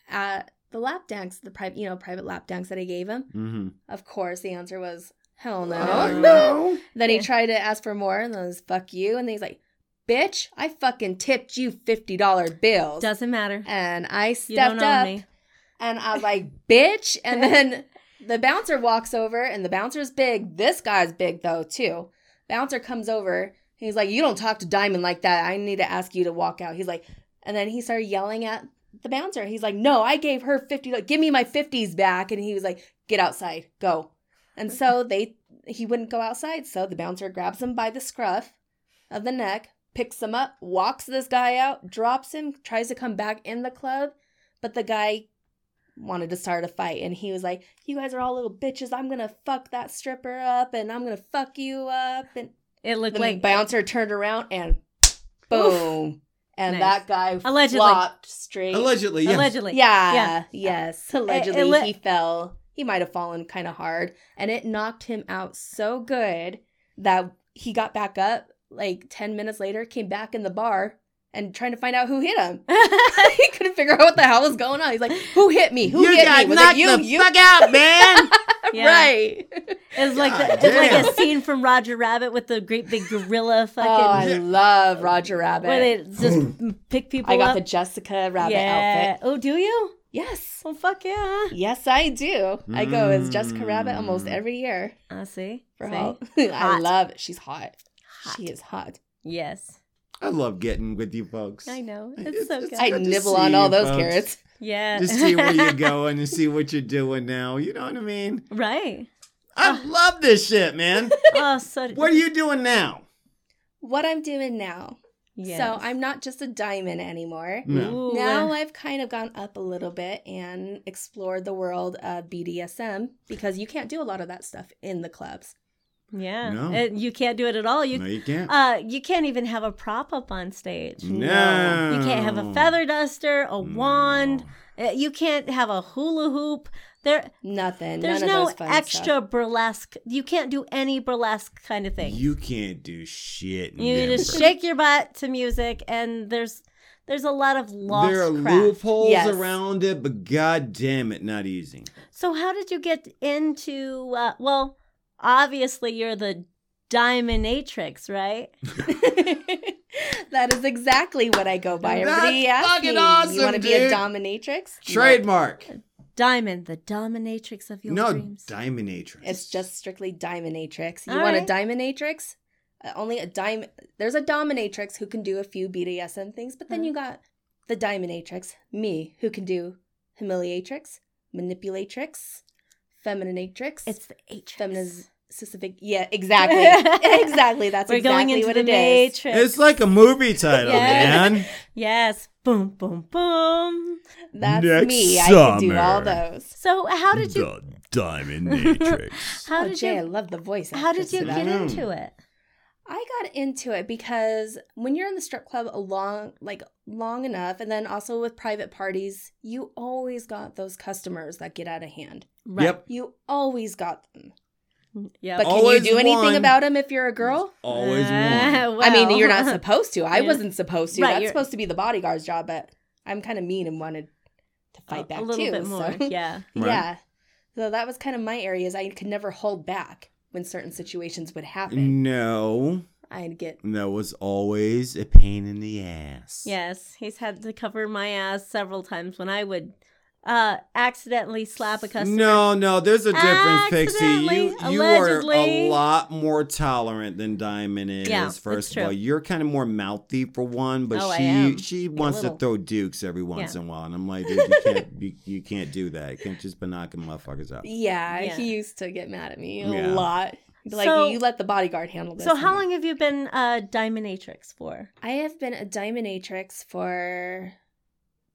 C: at the lap dance the private you know private lap dance that i gave him
D: Mm-hmm.
C: of course the answer was hell no
A: Oh,
D: no.
C: then he
A: Yeah.
C: tried to ask for more and then it was fuck you and then he's like bitch i fucking tipped you $50 bills
A: Doesn't matter.
C: and I
A: You don't
C: stepped
A: own
C: up
A: me.
C: and I was like, bitch. And then the bouncer walks over and the bouncer's big. This guy's big though, too. Bouncer comes over. He's like, you don't talk to Diamond like that. I need to ask you to walk out. He's like, and then he started yelling at the bouncer. He's like, no, I gave her 50. Give me my 50s back. And he was like, get outside, go. And so they, he wouldn't go outside. So the bouncer grabs him by the scruff of the neck, picks him up, walks this guy out, drops him, tries to come back in the club, but the guy wanted to start a fight and he was like, You guys are all little bitches. I'm gonna fuck that stripper up and I'm gonna fuck you up. And
A: It looked
C: the
A: like
C: bouncer turned around and boom.
A: Nice.
C: And that guy
A: Allegedly.
C: flopped straight.
D: Allegedly, yes.
A: allegedly.
C: Yeah,
A: Yeah.
C: Yes. Allegedly,
A: li-
C: he fell. He might have fallen kind of hard, and it knocked him out so good that he got back up like ten minutes later, came back in the bar, and trying to find out who hit him. he couldn't figure out what the hell was going on. He's like, "Who hit me? Who
D: you
C: hit
D: got
C: me? Was
D: knocked
C: it you?
D: the
C: you
D: fuck out, man.
A: Yeah.
C: right?"
A: It was like the,
D: God
A: it was like a
D: damn.
A: scene from Roger Rabbit with the great big gorilla
C: oh, I
A: fucking
C: love Roger
A: where
C: Rabbit.
A: they just pick people
C: I got the
A: up.
C: Jessica Rabbit
A: yeah.
C: outfit.
A: Oh, do you?
C: Yes.
A: Well, fuck yeah.
C: Yes, I do. I go as Jessica
D: Mm.
C: Rabbit almost every year.
A: I Ah, see.
C: for
A: See?
C: Hall. I
A: Hot.
C: love it. She's hot.
A: Hot.
C: She is hot.
A: Yes.
D: I love getting with you folks.
A: I know. It's,
D: It's-
A: so
D: it's
A: good.
C: I
D: good to
C: nibble
D: see
C: on all
D: you,
C: those
D: folks.
C: carrots.
A: yeah.
D: Just see where you're going and see what you're doing now. You know what I mean?
A: right.
D: I
C: Uh.
D: love this shit, man.
A: Oh, so
D: What are you doing now?
C: What I'm doing now.
A: Yes.
C: So I'm not just a diamond anymore.
D: No.
A: Ooh,
C: Now
A: uh,
C: I've kind of gone up a little bit and explored the world of BDSM because you can't do a lot of that stuff in the clubs.
A: yeah.
D: No.
A: And you can't do it at all. You
D: no, you can't.
A: uh you can't even have a prop up on stage.
D: no.
A: You can't have a feather duster, a wand. Uh, You can't have a hula hoop. There,
C: Nothing.
A: there's
C: none of
A: no
C: those fun
A: extra
C: stuff.
A: burlesque. You can't do any burlesque kind of thing. You,
D: You can't do shit. in
A: just
D: Denver.
A: shake your butt to music, and there's there's a lot of lost
D: There are
A: craft.
D: loopholes
C: Yes.
D: around it, but god damn it, not easy.
A: So how did you get into? Uh, well, obviously you're the Diamondatrix, right?
C: that is exactly what I go by.
D: That's
C: Everybody asks
D: fucking
C: me,
D: awesome,
C: you want to be a
D: dude."
C: dominatrix? Nope.
D: Trademark.
A: Diamond, the dominatrix of your
D: No,
A: dreams.
D: Diamondatrix.
C: It's just strictly dominatrix. You
A: All
C: want
A: right.
C: a dominatrix? Uh, only a dime. There's a dominatrix who can do a few BDSM things, but then
A: Mhm.
C: you got the dominatrix, me, who can do humiliatrix, manipulatrix, feminatrix.
A: it's the atrix.
C: Feminiz- specific. Yeah, exactly, exactly. That's
A: We're
C: exactly
A: going into
C: what
A: the
C: it is.
A: matrix.
D: It's like a movie title,
A: Yeah.
D: man.
A: yes. Boom, boom, boom.
C: That's
D: Next
C: me. I can do all
D: summer.
C: those.
A: So how did you?
D: Diamond
A: Matrix. How
C: oh,
A: did
C: Jay, I
A: you?
C: love the voice.
A: How did
C: actress
A: you
C: in that.
A: get
D: Mm.
A: into it?
C: I got into it because when you're in the strip club a long like long enough and then also with private parties, you always got those customers that get out of hand.
A: Right.
D: Yep.
C: You always got them.
A: Yep.
C: But can
D: Always
C: you do anything
D: one.
C: about them if you're a girl?
D: Always one.
A: Uh,
C: I mean,
A: well.
C: you're not supposed to. I
A: Yeah.
C: wasn't supposed to.
A: Right,
C: That's
A: you're-
C: supposed to be the bodyguard's job, but I'm kind of mean and wanted to fight back
A: a little
C: too,
A: bit more.
C: so-
A: Yeah.
D: Right.
C: Yeah. So that was kind of my areas. I could never hold back when certain situations would
D: Mm.
C: happen.
D: No,
C: I'd get
D: that was always a pain in the ass.
A: Yes, he's had to cover my ass several times when I would uh accidentally slap a customer.
D: No, no, there's a difference, Pixie. You
A: Accidentally,
D: you are
A: allegedly.
D: a lot more tolerant than Diamond is.
A: Yeah, it's
D: first
A: true.
D: of all, you're kind of more mouthy for one, but
A: Oh, I am.
D: she she wants to
A: little.
D: throw dukes every once
A: Yeah.
D: in a while, and I'm like, dude, you can't you, you can't do that. You can't just be knocking motherfuckers out.
C: Yeah,
A: Yeah.
C: he used to get mad at me a
D: Yeah.
C: lot. He'd be Like
A: So-
C: you let the bodyguard handle this.
A: So how
C: I'm like,
A: long have you been uh Diamondatrix for?
C: I have been a diamondatrix for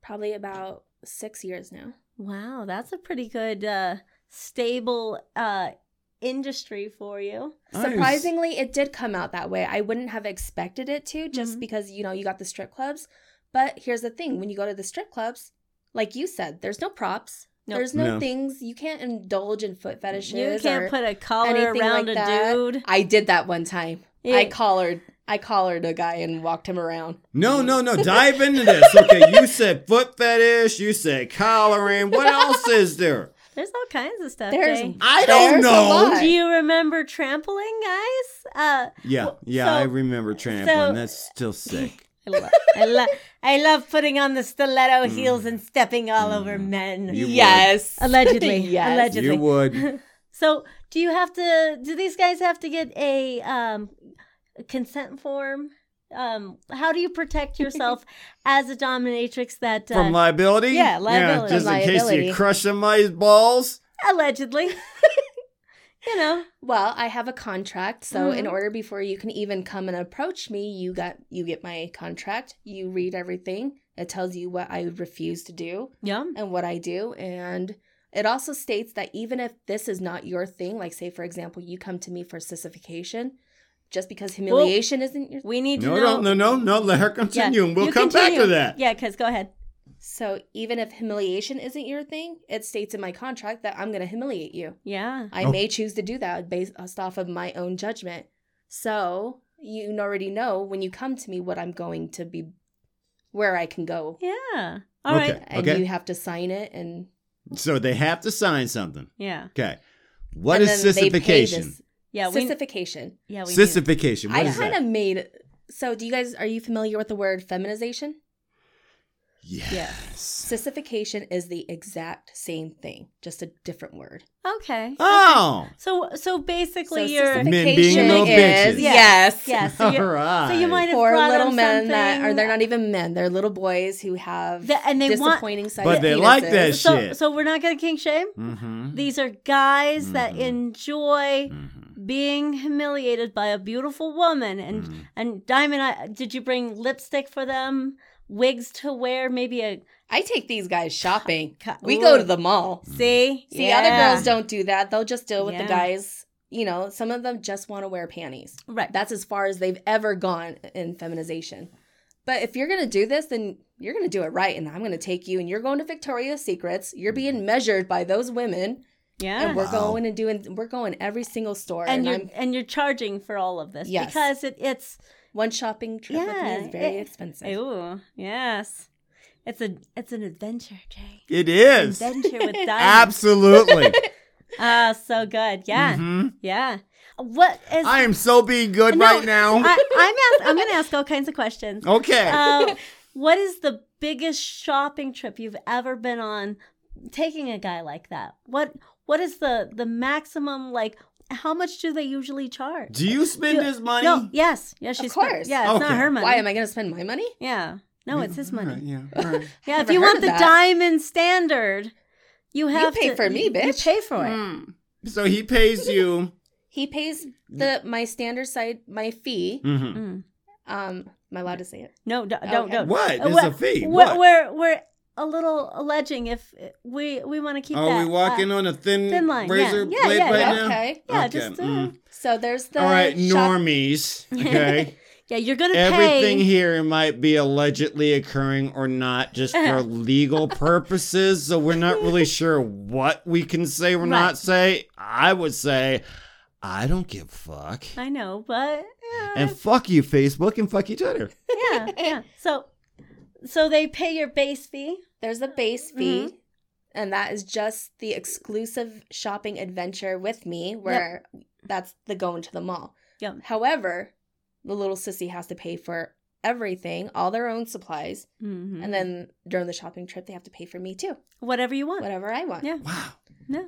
C: probably about six years now.
A: Wow, that's a pretty good uh stable uh industry for you.
D: Nice.
C: Surprisingly, it did come out that way. I wouldn't have expected it to, just
A: Mhm.
C: because you know you got the strip clubs. But here's the thing: when you go to the strip clubs, like you said, there's no props.
A: Nope.
C: There's no,
D: No.
C: things you can't indulge in foot fetishes.
A: You can't
C: or-
A: put a collar
C: anything
A: around
C: like
A: a
C: that.
A: dude.
C: I did that one time. I
A: It-
C: collared. I collared a guy and walked him around.
D: No, no, no. Dive into this. Okay, you said foot fetish. You said collaring. What else is there?
A: there's all kinds of stuff.
C: There's
A: Jay.
D: I don't
C: There's a
D: know.
C: lot.
A: Do you remember trampling, guys? Uh
D: Yeah,
A: Well,
D: yeah.
A: so-
D: I remember trampling.
A: so-
D: That's still sick.
A: I love, I, lo- I love putting on the stiletto heels and stepping all over
D: Mm.
A: men.
D: You would.
C: yes,
A: Allegedly.
C: Yes.
A: Allegedly.
D: you would.
A: So, do you have to? Do these guys have to get a um, consent form? Um, how do you protect yourself as a dominatrix that uh,
D: From liability?
A: yeah, liability.
D: just in case
C: Liability.
D: you crush somebody's balls.
A: allegedly, you know,
C: Well, I have a contract, so in
A: Mhm.
C: order before you can even come and approach me, you got you get my contract. You read everything. It tells you what I refuse to do
A: yeah,
C: and what I do, and it also states that even if this is not your thing, like say for example, you come to me for sissification, just because humiliation isn't your
A: we need
D: No,
A: to
D: no,
A: know.
D: no, no, no. Let her
A: Yeah.
D: continue, and we'll
A: You
D: come back
A: continue.
D: to that.
A: Yeah, because go ahead.
C: so even if humiliation isn't your thing, it states in my contract that I'm going to humiliate you.
A: Yeah,
C: I
D: Oh.
C: may choose to do that based uh, based off of my own judgment. So you already know when you come to me what I'm going to be, where I can go,
A: yeah. All right.
D: Okay.
C: and you have to sign it. And
D: So they have to sign something.
A: Yeah,
D: Okay. What
C: and
D: is
C: then they pay
D: sissification?
C: this-
A: yeah. We,
C: sissification.
A: yeah, we need-
D: Sissification. What
C: I
D: is
C: kind
D: that?
C: of made. So do you guys are you familiar with the word feminization?
D: Yes.
C: Sissification is the exact same thing, just a different word.
A: Okay.
D: Oh.
A: So, so basically,
C: so
A: you're
D: Men being
C: sissification
D: little
C: is
A: Yes.
D: bitches.
C: yes,
A: yeah. So,
D: oh, All
A: you're,
D: right.
A: so you might have
C: Poor
A: brought
C: little
A: him
C: men that
A: something-
C: are they're not even men. They're little boys who have
A: The- and they want-
C: disappointing want,
D: But they like that
A: So,
D: shit.
A: so we're not gonna kink shame.
D: Mm-hmm.
A: These are guys that
D: Mhm.
A: enjoy
D: Mm-hmm.
A: being humiliated by a beautiful woman. And and Diamond, I, did you bring lipstick for them? Wigs to wear? Maybe a
C: I take these guys shopping.
A: Ca-
C: We go
A: Ooh.
C: to the mall.
A: see.
C: See,
A: Yeah.
C: other girls don't do that. They'll just deal with
A: Yeah.
C: the guys. You know, some of them just want to wear panties.
A: Right.
C: That's as far as they've ever gone in feminization. But if you're going to do this, then you're going to do it right. And I'm going to take you and you're going to Victoria's Secrets. You're being
D: Mm-hmm.
C: measured by those women.
A: yeah.
C: And we're
D: Wow.
C: going and doing, we're going every single store.
A: and
C: And,
A: you're
C: I'm,
A: and you're charging for all of this
C: Yes.
A: because it, it's
C: one shopping trip with
A: Yeah,
C: me is very
A: it-
C: expensive.
A: ooh yes it's a it's an adventure Jay
D: It is.
A: adventure with Diamond
D: Absolutely.
A: ah so good yeah
D: Mhm.
A: yeah what is
D: I am so being good
A: No,
D: right now.
A: I, I'm ask, I'm going to ask all kinds of questions.
D: okay.
A: Uh, what is the biggest shopping trip you've ever been on? Taking a guy like that, what what is the the maximum? Like, how much do they usually charge?
D: Do you spend
A: you-
D: this money?
A: No, yes, yes,
C: Of
A: she's spent-
C: course.
A: yeah, it's
D: Okay.
A: not her money.
C: Why am I going to spend my money?
A: Yeah, no, it's his money.
D: Yeah. all right.
A: Yeah, if
C: never
A: you
C: heard
A: want
C: of
A: the
C: that.
A: diamond standard, you have
C: pay
A: to
C: for me,
A: You
C: bitch.
A: pay for it.
D: So he pays you
C: He pays the my standard side my fee.
D: Mm-hmm.
A: Mm.
C: Um, am I allowed to say it?
A: No, d- don't,
C: Okay.
A: don't.
D: What?
A: Uh,
D: There's
A: what-
D: a fee.
A: We're,
D: What?
A: we're we're a little alleging if we we want to keep.
D: Are
A: that,
D: Oh, we walking
A: uh,
D: on a thin,
A: thin line, yeah.
D: razor
A: Yeah,
D: blade
A: yeah,
D: right
A: yeah.
D: now?
C: okay.
A: yeah,
D: Okay,
A: just uh,
D: mm.
C: So there's the
D: All right,
C: shop-
D: normies. Okay.
A: yeah. You're gonna
D: Everything
A: pay.
D: here might be allegedly occurring or not, just
A: Uh-huh.
D: for legal purposes. So we're not really sure what we can say or
A: Right.
D: not say. I would say, I don't give a fuck.
A: I know, but uh,
D: And fuck you, Facebook, and fuck you, Twitter.
A: yeah, yeah. So so they pay your base fee.
C: There's the base
A: Mm-hmm.
C: fee, and that is just the exclusive shopping adventure with me, where that's the going to the mall.
A: Yep.
C: However, the little sissy has to pay for everything, all their own supplies,
A: Mhm.
C: and then during the shopping trip, they have to pay for me too,
A: whatever you want.
C: whatever I want.
A: Yeah.
D: Wow.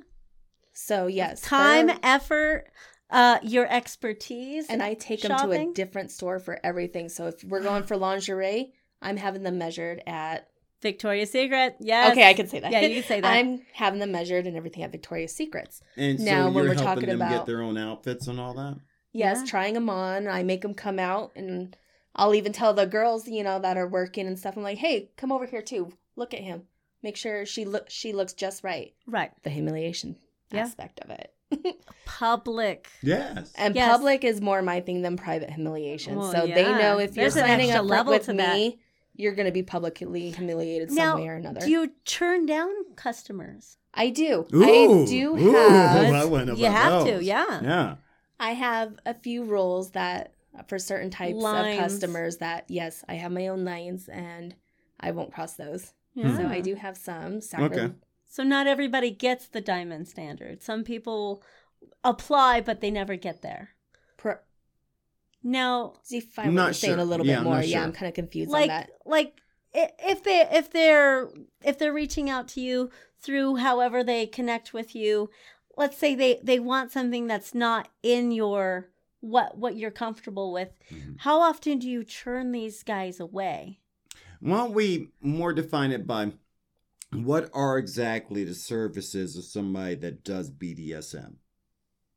C: So yes,
A: Time,
C: they're-
A: effort, uh, your expertise,
C: and I take them to
A: shopping?
C: a different store for everything. So if we're going for lingerie, I'm having them measured at.
A: Victoria's Secret. Yes.
C: Okay, I can say that.
A: Yeah, you can say that.
C: I'm having them measured and everything at Victoria's Secrets.
D: And so
C: Now,
D: you're
C: when we're
D: helping
C: talking
D: them get
C: about-
D: their own outfits and all that.
C: Yes,
A: Yeah.
C: trying them on. I make them come out, and I'll even tell the girls, you know, that are working and stuff. I'm like, hey, come over here too. Look at him. Make sure she look she looks just right.
A: right.
C: The humiliation
A: Yeah.
C: aspect of it.
A: Public.
D: Yes.
C: and
A: Yes.
C: public is more my thing than private humiliation.
A: Well,
C: so they
A: yeah.
C: know if
A: There's
C: you're
A: an
C: signing
A: extra
C: up for-
A: level
C: with
A: to that.
C: me, you're going to be publicly humiliated
A: Now,
C: some way or another.
A: Do you turn down customers?
C: I do. I
D: Ooh,
C: do
D: ooh,
C: have.
D: I wouldn't
A: you have
D: those.
A: to, yeah.
D: Yeah.
C: I have a few roles that for certain types
A: Lines.
C: of customers that yes, I have my own lines and I won't cross those.
A: Yeah.
C: So I do have some sacri-
D: Okay.
A: So not everybody gets the diamond standard. Some people apply, but they never get there.
C: pro-
A: Now,
C: define
D: I'm
C: what
D: not
C: you're saying
D: sure.
C: a little
D: Yeah,
C: bit
D: I'm
C: more.
D: not
C: Yeah,
D: sure.
C: I'm kind of confused on
A: like,
C: that.
A: like i- if they if they're if they're reaching out to you through however they connect with you, let's say they they want something that's not in your what what you're comfortable with.
D: Mm-hmm.
A: How often do you churn these guys away?
D: Why don't we more define it by what are exactly the services of somebody that does BDSM?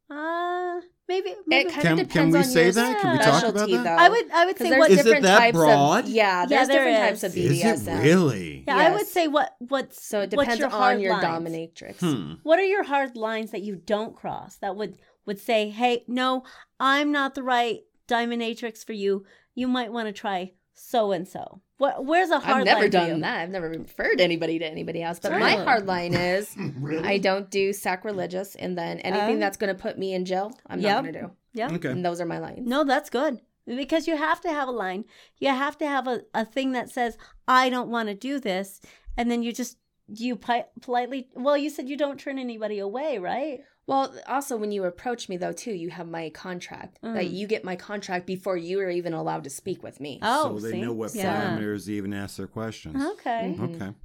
A: Uh maybe
C: It
A: maybe
C: kind
D: Can-
C: of
D: can
C: depends
D: we
C: on
D: say
C: your
D: that?
A: Can we talk about
C: specialty,
D: that?
C: though.
A: I would I would
C: 'Cause
A: say
C: there's
A: what
D: Is it
C: different
D: that
C: types
D: broad?
C: of yeah. There's
A: there
C: different
A: is.
C: types of BDSM.
D: Is it really?
A: yeah, I would
C: yes.
A: say what what's
C: So
A: what's
C: it depends
A: your hard
C: on your
A: lines?
C: dominatrix.
D: Hmm.
A: What are your hard lines that you don't cross that would would say, "Hey, no, I'm not the right dominatrix for you. You might want to try so and so." What where's a hard
C: I've never
A: line for
C: done
A: you?
C: that. I've never referred anybody to anybody else. But my
A: Really?
C: hard line is
D: Really?
C: I don't do sacrilegious, and then anything
A: Oh.
C: that's going to put me in jail, I'm
A: Yep.
C: not going to do.
A: Yeah.
D: Okay.
C: And those are my lines.
A: No, that's good. Because you have to have a line. You have to have a, a thing that says, I don't want to do this. And then you just, you pi- politely, well, you said you don't turn anybody away, right?
C: Well, also when you approach me though, too, you have my contract.
A: Mm.
C: Like you get my contract before you are even allowed to speak with me.
A: Oh,
D: so they
A: see?
D: know what
A: Yeah.
D: parameters to even ask their questions.
A: Okay.
C: Mhm.
D: Okay.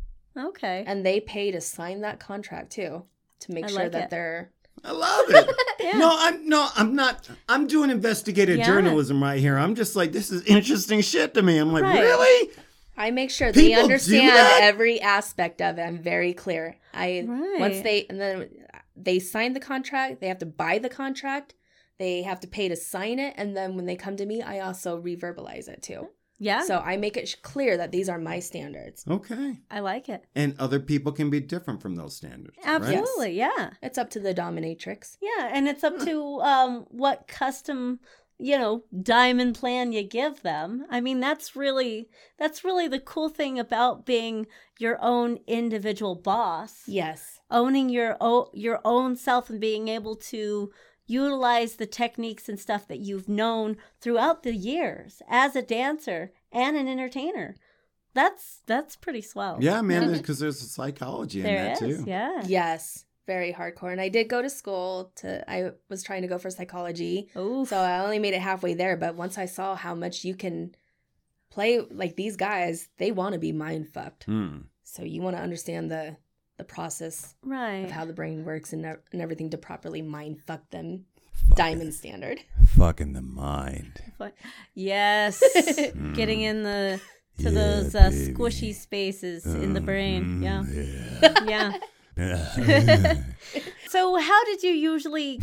A: Okay.
C: And they pay to sign that contract too to make
A: I
C: sure
A: like
C: that
A: it.
C: they're.
D: I love it.
A: Yeah.
D: No, I'm no, I'm not. I'm doing investigative
A: Yeah.
D: journalism right here. I'm just like, this is interesting shit to me. I'm like,
A: Right.
D: really?
C: I make sure they
D: People do that?
C: understand every aspect of it. I'm very clear. I once
A: Right.
C: they and then they sign the contract. They have to buy the contract. They have to pay to sign it, and then when they come to me, I also reverbalize it too.
A: yeah.
C: So I make it sh- clear that these are my standards.
D: Okay.
A: I like it.
D: And other people can be different from those standards. Right?
A: Absolutely. Yeah.
C: It's up to the dominatrix.
A: Yeah. And it's up to um, what custom you know diamond plan you give them i mean that's really that's really the cool thing about being your own individual boss
C: Yes.
A: owning your o- your own self and being able to utilize the techniques and stuff that you've known throughout the years as a dancer and an entertainer. That's that's pretty swell.
D: Yeah, man. Because there's a psychology in
A: there
D: that
A: is.
D: too.
A: Yeah.
C: Yes. Very hardcore. And I did go to school to I was trying to go for psychology.
A: Oh,
C: So I only made it halfway there, but once I saw how much you can play like these guys, they want to be mind fucked.
D: Hmm.
C: So you want to understand the the process of
A: right.
C: how the brain works and, ev- and everything to properly mind fuck them. Diamond standard.
D: Fucking the mind.
A: But- yes. Getting in the to those uh, squishy spaces in
D: Uh, Uh-huh.
A: the brain.
D: mm, Mm-hmm.
A: Yeah. Yeah. so how did you usually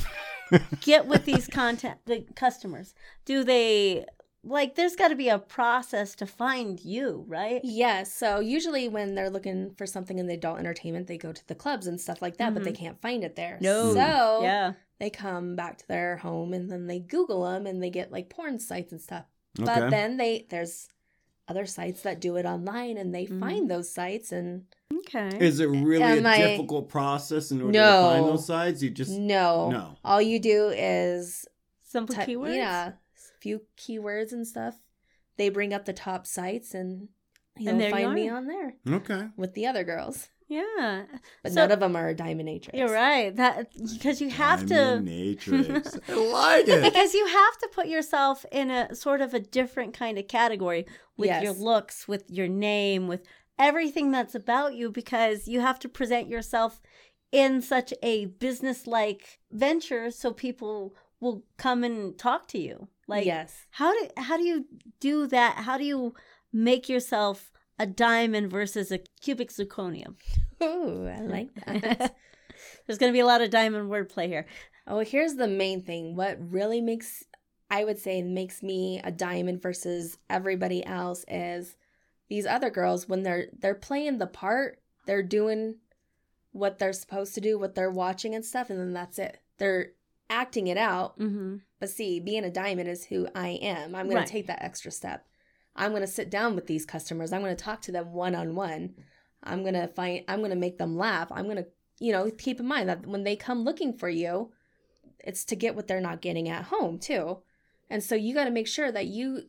A: get with these content the customers? Do they like there's got to be a process to find you, right?
C: Yeah, so usually when they're looking for something in the adult entertainment, they go to the clubs and stuff like that, but they can't find it there.
A: Mm-hmm. No.
C: So
A: Yeah.
C: they come back to their home and then they Google them and they get like porn sites and stuff.
D: Okay.
C: But then they there's other sites that do it online and they
A: Mhm.
C: find those sites and
A: Okay.
D: Is it really
C: Am
D: a
C: I-
D: difficult process in order
C: No.
D: to find those sides? You just
C: no.
D: No.
C: All you do is
A: Simple
C: type-
A: keywords.
C: Yeah. Few keywords and stuff. They bring up the top sites and you'll
A: there you
C: find me
A: are.
C: on there
D: okay.
C: with the other girls.
A: Yeah.
C: But
A: So-
C: none of them are a diaminatrix.
A: You're right. That because you have to
D: Dominatrix. I like it.
A: because you have to put yourself in a sort of a different kind of category with
C: Yes.
A: your looks, with your name, with everything that's about you because you have to present yourself in such a business-like venture so people will come and talk to you. Like
C: yes.
A: how do how do you do that? How do you make yourself a diamond versus a cubic zirconium?
C: Ooh, I like that.
A: There's going to be a lot of diamond wordplay here.
C: oh, here's the main thing. What really makes I would say makes me a diamond versus everybody else is these other girls when they're they're playing the part, they're doing what they're supposed to do, what they're watching and stuff, and then that's it. They're acting it out.
A: Mm-hmm.
C: But see, being a diamond is who I am. I'm going
A: Right.
C: to take that extra step. I'm going to sit down with these customers. I'm going to talk to them one on one. I'm going to find, I'm going to make them laugh. I'm going to, you know, keep in mind that when they come looking for you, it's to get what they're not getting at home, too. And so you got to make sure that you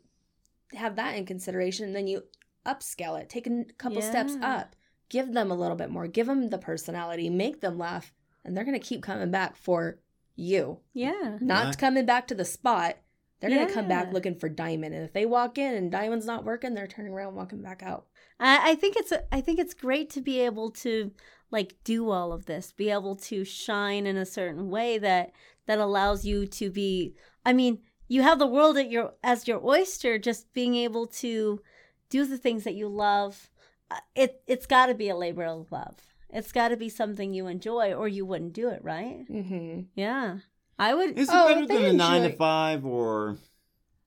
C: have that in consideration. And then you upscale it, take a n- couple steps
A: Yeah.
C: up, give them a little bit more, give them the personality, make them laugh. And they're going to keep coming back for you
A: Yeah.
C: not
D: Not-
C: coming back to the spot. They're gonna come
A: Yeah.
C: back looking for diamond, and if they walk in and diamond's not working, they're turning around, and walking back out.
A: I, I think it's I think it's great to be able to like do all of this, be able to shine in a certain way that that allows you to be. I mean, you have the world at your as your oyster. Just being able to do the things that you love, Uh, it it's got to be a labor of love. It's got to be something you enjoy, or you wouldn't do it, right?
C: Mm-hmm.
A: Yeah, I would.
D: Is it
C: Oh,
D: better
C: they
D: than a nine to
C: enjoy-
D: five or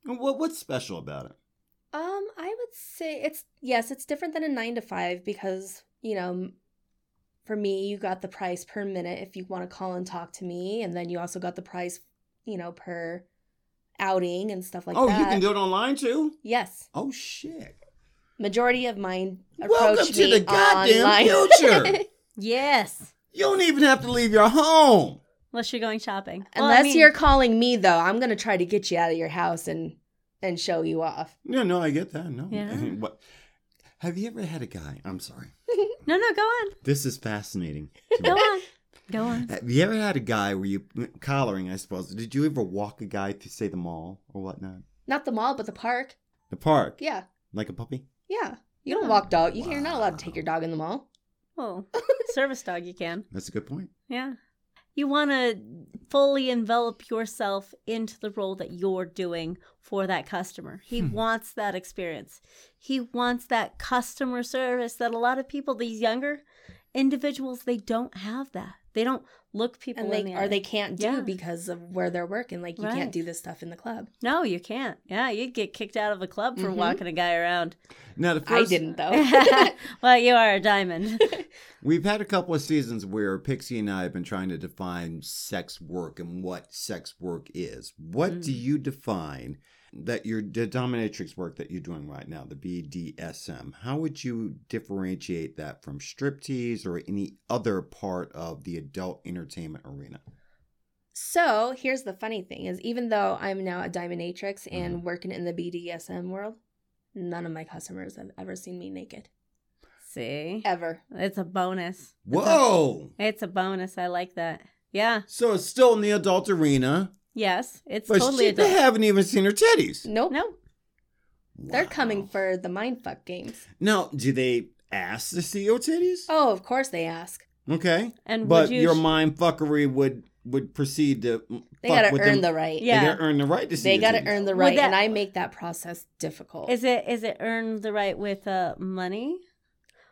D: what? What's special about it?
C: Um, I would say it's yes, it's different than a nine to five because you know, for me, you got the price per minute if you want to call and talk to me, and then you also got the price, you know, per outing and stuff like
D: oh,
C: that.
D: you can do it online too.
C: yes,
D: Oh shit!
C: majority of mine approach
D: Welcome to
C: me
D: the goddamn
C: online.
D: future.
A: Yes,
D: you don't even have to leave your home.
A: unless you're going shopping. Well, I
C: Unless
A: mean-
C: you're calling me though, I'm gonna try to get you out of your house and and show you off.
D: No, no, I get that. No.
A: Yeah.
D: What? Have you ever had a guy? I'm sorry.
A: no, no, go on,
D: This is fascinating. to me.
A: go on, go on.
D: Have you ever had a guy where you mm, collaring? I suppose. Did you ever walk a guy to say the mall or whatnot?
C: Not the mall, but the park.
D: The park,
C: Yeah,
D: like a puppy.
C: yeah. You don't walk dog. You, You're not allowed to
D: Wow.
C: take your dog in the mall.
A: Oh, service dog, you can.
D: That's a good point.
A: Yeah. You want to fully envelop yourself into the role that you're doing for that customer. He
D: Hmm.
A: wants that experience. He wants that customer service that a lot of people, these younger individuals, they don't have that. They don't look people
C: And
A: in
C: they
A: the
C: or
A: eye.
C: they can't do
A: Yeah.
C: because of where they're working. Like you
A: Right.
C: can't do this stuff in the club.
A: No, you can't. Yeah, you'd get kicked out of a club for
C: Mhm.
A: walking a guy around.
D: Now the
C: I
D: first,
C: didn't though.
A: well, you are a diamond.
D: We've had a couple of seasons where Pixie and I have been trying to define sex work and what sex work is. What do
A: Mm.
D: you define that your the dominatrix work that you're doing right now, the BDSM? How would you differentiate that from striptease or any other part of the adult entertainment arena?
C: so here's the funny thing: is even though I'm now a diamondatrix and
A: Mm-hmm.
C: working in the BDSM world, none of my customers have ever seen me naked
A: See?
C: ever.
A: It's a bonus.
D: Whoa!
A: It's a bonus. I like that. Yeah.
D: So it's still in the adult arena,
A: Yes. It's
D: but
A: totally
D: shit, they
A: adult.
D: haven't even seen her titties.
C: Nope.
A: No.
C: They're
D: Wow.
C: coming for the mindfuck games.
D: Now, do they ask to see your titties?
C: Oh, of course they ask.
A: Oh.
D: Okay.
A: And
D: but
A: would you
D: your
A: sh-
D: mind fuckery would would proceed to mm,
C: They
D: fuck
C: gotta
D: with them.
C: earn the right.
A: Yeah.
D: They gotta earn the right to see.
C: They
D: your
C: gotta
D: titties.
C: earn the
A: Would
C: right,
A: that-
C: and I make that process difficult.
A: Is it is it earn the right with uh money?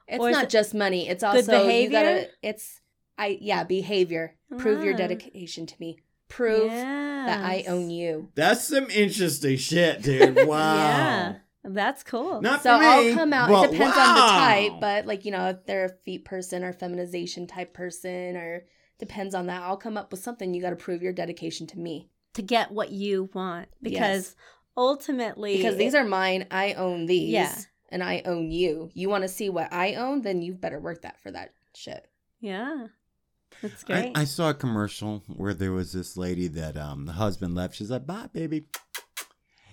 C: it's
A: or is
C: not
A: it
C: just money. It's also
A: behavior?
C: You gotta, it's I yeah behavior. Prove your
A: Ah.
C: dedication to me. prove that
A: Yes.
C: I own you.
B: That's some interesting shit, dude. Wow.
A: Yeah. That's cool.
B: Not
C: So
B: for me.
C: I'll come out.
B: but
C: It depends
B: wow.
C: on the type, but like you know, if they're a feet person or feminization type person, or depends on that. I'll come up with something. You got to prove your dedication to me
A: to get what you want because
C: Yes.
A: ultimately
C: because these are mine. I own these,
A: Yeah.
C: and I own you. You want to see what I own? Then you better work that for that shit.
A: yeah that's
D: I,
A: great
D: I saw a commercial where there was this lady that um the husband left. She's like, "Bye, baby."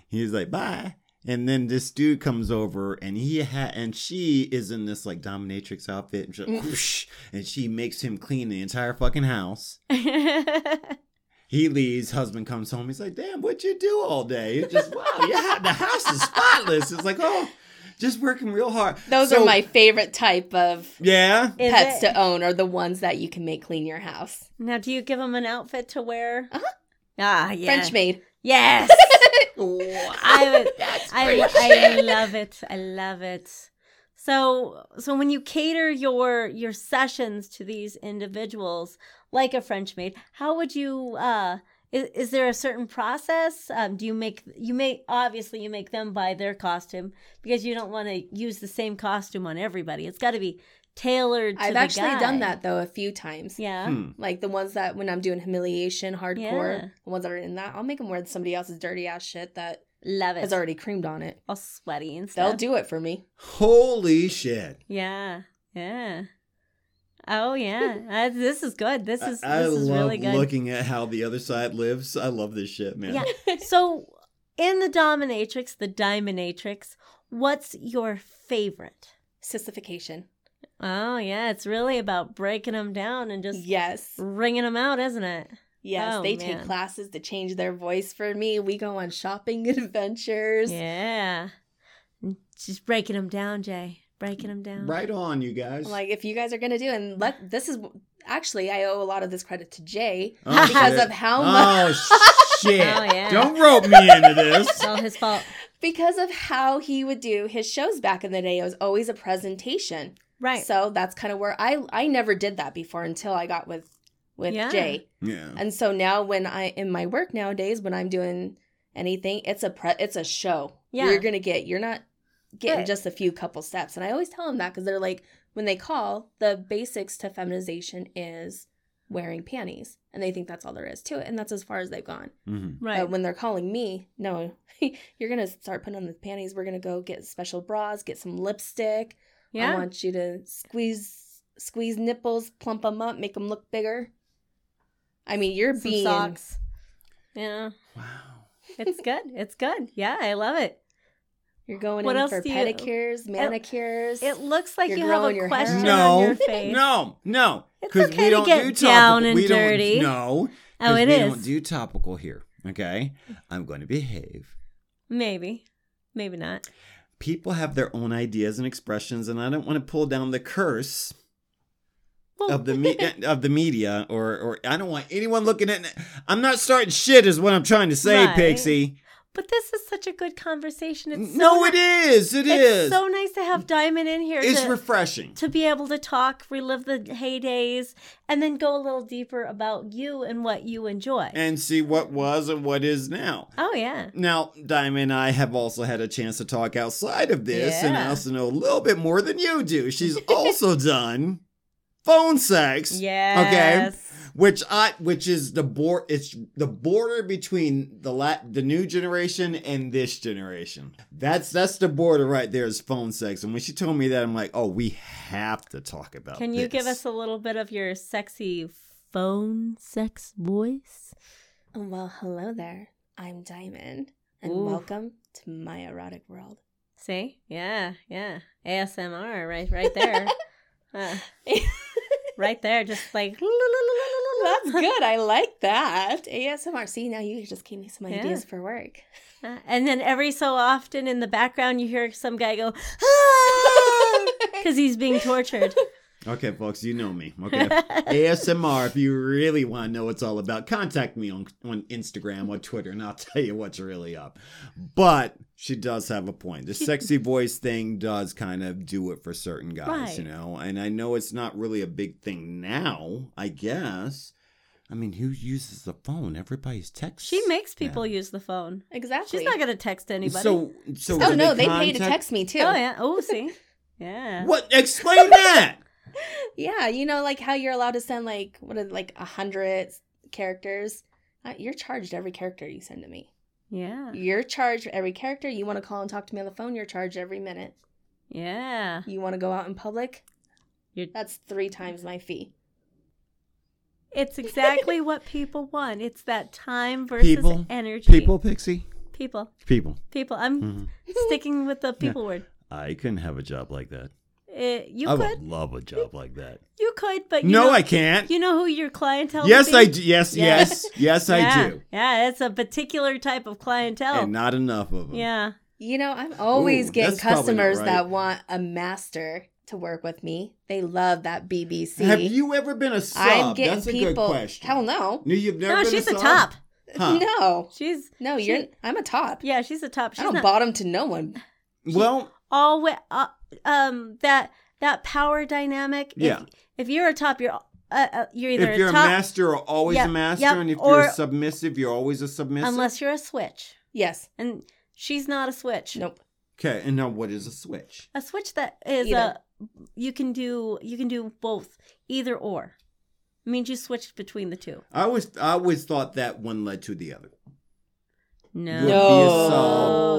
D: He's like, "Bye," and then this dude comes over, and he ha- and she is in this like dominatrix outfit, and, she-
C: Mm.
D: whoosh, and she makes him clean the entire fucking house. He leaves. Husband comes home. He's like, "Damn, what you do all day?" It's just wow. Yeah, the house is spotless. It's like, oh, just working real hard.
C: Those
D: So-
C: are my favorite type of
D: yeah.
A: Is
C: pets
A: it-
C: to own are the ones that you can make clean your house.
A: now do you give them an outfit to wear
C: Uh-huh.
A: ah yeah
C: French maid.
A: yes I would, I, I love it. I love it. So so when you cater your your sessions to these individuals, like a French maid, how would you? uh is, is there a certain process? Um, do you make you make obviously you make them buy their costume because you don't want to use the same costume on everybody. It's got to be tailored. To
C: I've
A: the
C: actually done
A: guy.
C: that though a few times.
A: Yeah.
D: Hmm.
C: Like the ones that when I'm doing humiliation, hardcore,
A: Yeah.
C: the ones that are in that, I'll make them wear somebody else's dirty ass shit that
A: Love
C: has
A: it.
C: already creamed on it.
A: All sweaty and stuff.
C: They'll do it for me.
D: Holy shit.
A: Yeah, yeah. Oh yeah, uh, this is good. This is
D: I, I
A: this is
D: love
A: really good.
D: looking at how the other side lives. I love this shit, man.
A: Yeah. so, in the dominatrix, the dominatrix, what's your favorite?
C: Sissification.
A: Oh yeah, it's really about breaking them down and just
C: Yes.
A: wringing them out, isn't it?
C: Yes.
A: Oh,
C: they
A: man.
C: take classes to change their voice for me. We go on shopping adventures.
A: Yeah, just breaking them down, Jay. Breaking them down.
D: Right on, you guys.
C: I'm like, if you guys are gonna do it, and let this is actually I owe a lot of this credit to Jay
D: Oh,
C: because
D: shit.
C: of how much
D: Oh shit.
A: Oh yeah.
D: Don't rope me into this.
A: It's all his fault.
C: because of how he would do his shows back in the day. It was always a presentation.
A: Right.
C: So that's kind of where I I never did that before until I got with with
A: Yeah.
C: Jay.
D: Yeah.
C: And so now when I in my work nowadays when I'm doing anything, it's a pre- it's a show.
A: Yeah.
C: You're going to get you're not getting
A: Right.
C: just a few couple steps. And I always tell them that cuz they're like when they call, the basics to feminization is wearing panties and they think that's all there is to it and that's as far as they've gone.
D: Mhm.
A: right.
C: But when they're calling me, no, you're going to start putting on the panties. We're going to go get special bras, get some lipstick. I
A: yeah.
C: want you to squeeze squeeze nipples, plump them up, make them look bigger. I mean, you're
A: Some
C: being
A: socks. Yeah.
D: Wow.
A: It's good. It's good. Yeah, I love it.
C: you're going
A: What
C: in
A: else
C: for
A: do you-
C: pedicures, manicures.
A: It looks like
C: You're
A: you have
C: growing
A: a
C: your hair
A: question
C: out.
A: on your
D: No.
A: face.
D: No. No.
A: It's
D: Because
A: okay
D: we
A: to
D: don't
A: get
D: do topical.
A: down and
D: we don't,
A: dirty.
D: No.
A: Oh,
D: 'cause
A: it
D: we
A: is.
D: don't do topical here. Okay. I'm going to behave.
A: Maybe. Maybe not.
D: People have their own ideas and expressions, and I don't want to pull down the curse
A: Well,
D: of the me- of the media, or or I don't want anyone looking at. I'm not starting shit, is what I'm trying to say,
A: Right.
D: Pixie.
A: but this is such a good conversation. It's so
D: no,
A: ni-
D: it is. It
A: it's
D: is.
A: so nice to have Diamond in here
D: it's
A: to,
D: refreshing.
A: to be able to talk, relive the heydays, and then go a little deeper about you and what you enjoy.
D: and see what was and what is now.
A: oh yeah.
D: Now, Diamond and I have also had a chance to talk outside of this, and I
A: Yeah.
D: also know a little bit more than you do. She's also done phone sex.
A: Yes.
D: Which I, which is the board, it's the border between the la- the new generation and this generation. That's that's the border right there is phone sex. And when she told me that, I'm like, oh, we have to talk about.
A: Can you give
D: this.
A: us a little bit of your sexy phone sex voice?
C: Oh, well, hello there. I'm Diamond, and
A: Ooh.
C: welcome to my erotic world.
A: See? Yeah, yeah. ASMR right right there. Uh, right there, just like
C: That's good. I like that ASMR. See, now you just gave me some
A: Yeah.
C: ideas for work.
A: Uh, and then every so often in the background, you hear some guy go, ah! Because he's being tortured.
D: Okay, folks, you know me. Okay. ASMR, if you really want to know what's all about, contact me on, on Instagram or Twitter and I'll tell you what's really up. But she does have a point. The sexy voice thing does kind of do it for certain guys, you
A: Right.
D: know? And I know it's not really a big thing now, I guess. I mean, who uses the phone? Everybody's text.
A: She makes people use the phone.
C: Exactly.
A: She's not going to text anybody.
D: So, so
C: oh
D: do
C: no, they, pay
D: contact-
C: to text me too.
A: oh, yeah. Oh, see? Yeah.
D: What? Explain that.
C: Yeah, you know, like how you're allowed to send like what are like a hundred characters. Uh, You're charged every character you send to me.
A: Yeah.
C: You're charged every character. You want to call and talk to me on the phone. You're charged every minute.
A: Yeah.
C: You want to go out in public.
A: You're-
C: That's three times my fee.
A: It's exactly what people want. It's that time versus
D: People.
A: energy.
D: People, Pixie.
A: People.
D: People.
A: People. I'm
D: Mhm.
A: sticking with the people word.
D: I couldn't have a job like that.
A: Uh, you
D: I
A: could.
D: would love a job like that.
A: You could, but you
D: no,
A: know,
D: I can't.
A: You know who your clientele
D: Yes,
A: would be?
D: I do. Yes, yes, yes,
A: yeah.
D: I do.
A: Yeah, it's a particular type of clientele.
D: And not enough of them.
A: yeah.
C: You know, I'm always
D: Ooh,
C: getting
D: that's probably not
C: customers
D: right.
C: that want a master to work with me. They love that BBC.
D: Have you ever been a sub?
C: I'm getting
D: That's a
C: people.
D: good question.
C: Hell no.
D: No, you've never
A: No,
D: been
A: she's
D: a
A: a
D: sub?
A: top.
D: Huh.
C: No.
A: She's
C: No,
A: She-
C: you're I'm a top.
A: yeah, she's a top.
C: I
A: She's
C: don't
A: not
C: bottom to no one.
D: Well,
A: always uh, um that that power dynamic. If-
D: Yeah.
A: If, you're a top, you're uh, uh, you're either
D: if you're
A: a
D: a
A: top
D: master, you're always
A: Yeah,
D: a master,
A: yep,
D: and if
A: or-
D: you're a submissive, you're always a submissive.
A: unless you're a switch,
C: Yes.
A: and she's not a switch.
C: Nope.
D: okay, and now what is a switch?
A: A switch that is
C: Either.
A: a you can do you can do both either or. It means you switched between the two.
D: I always, I always thought that one led to the other.
A: No.
D: You would be a
C: No.
D: sub,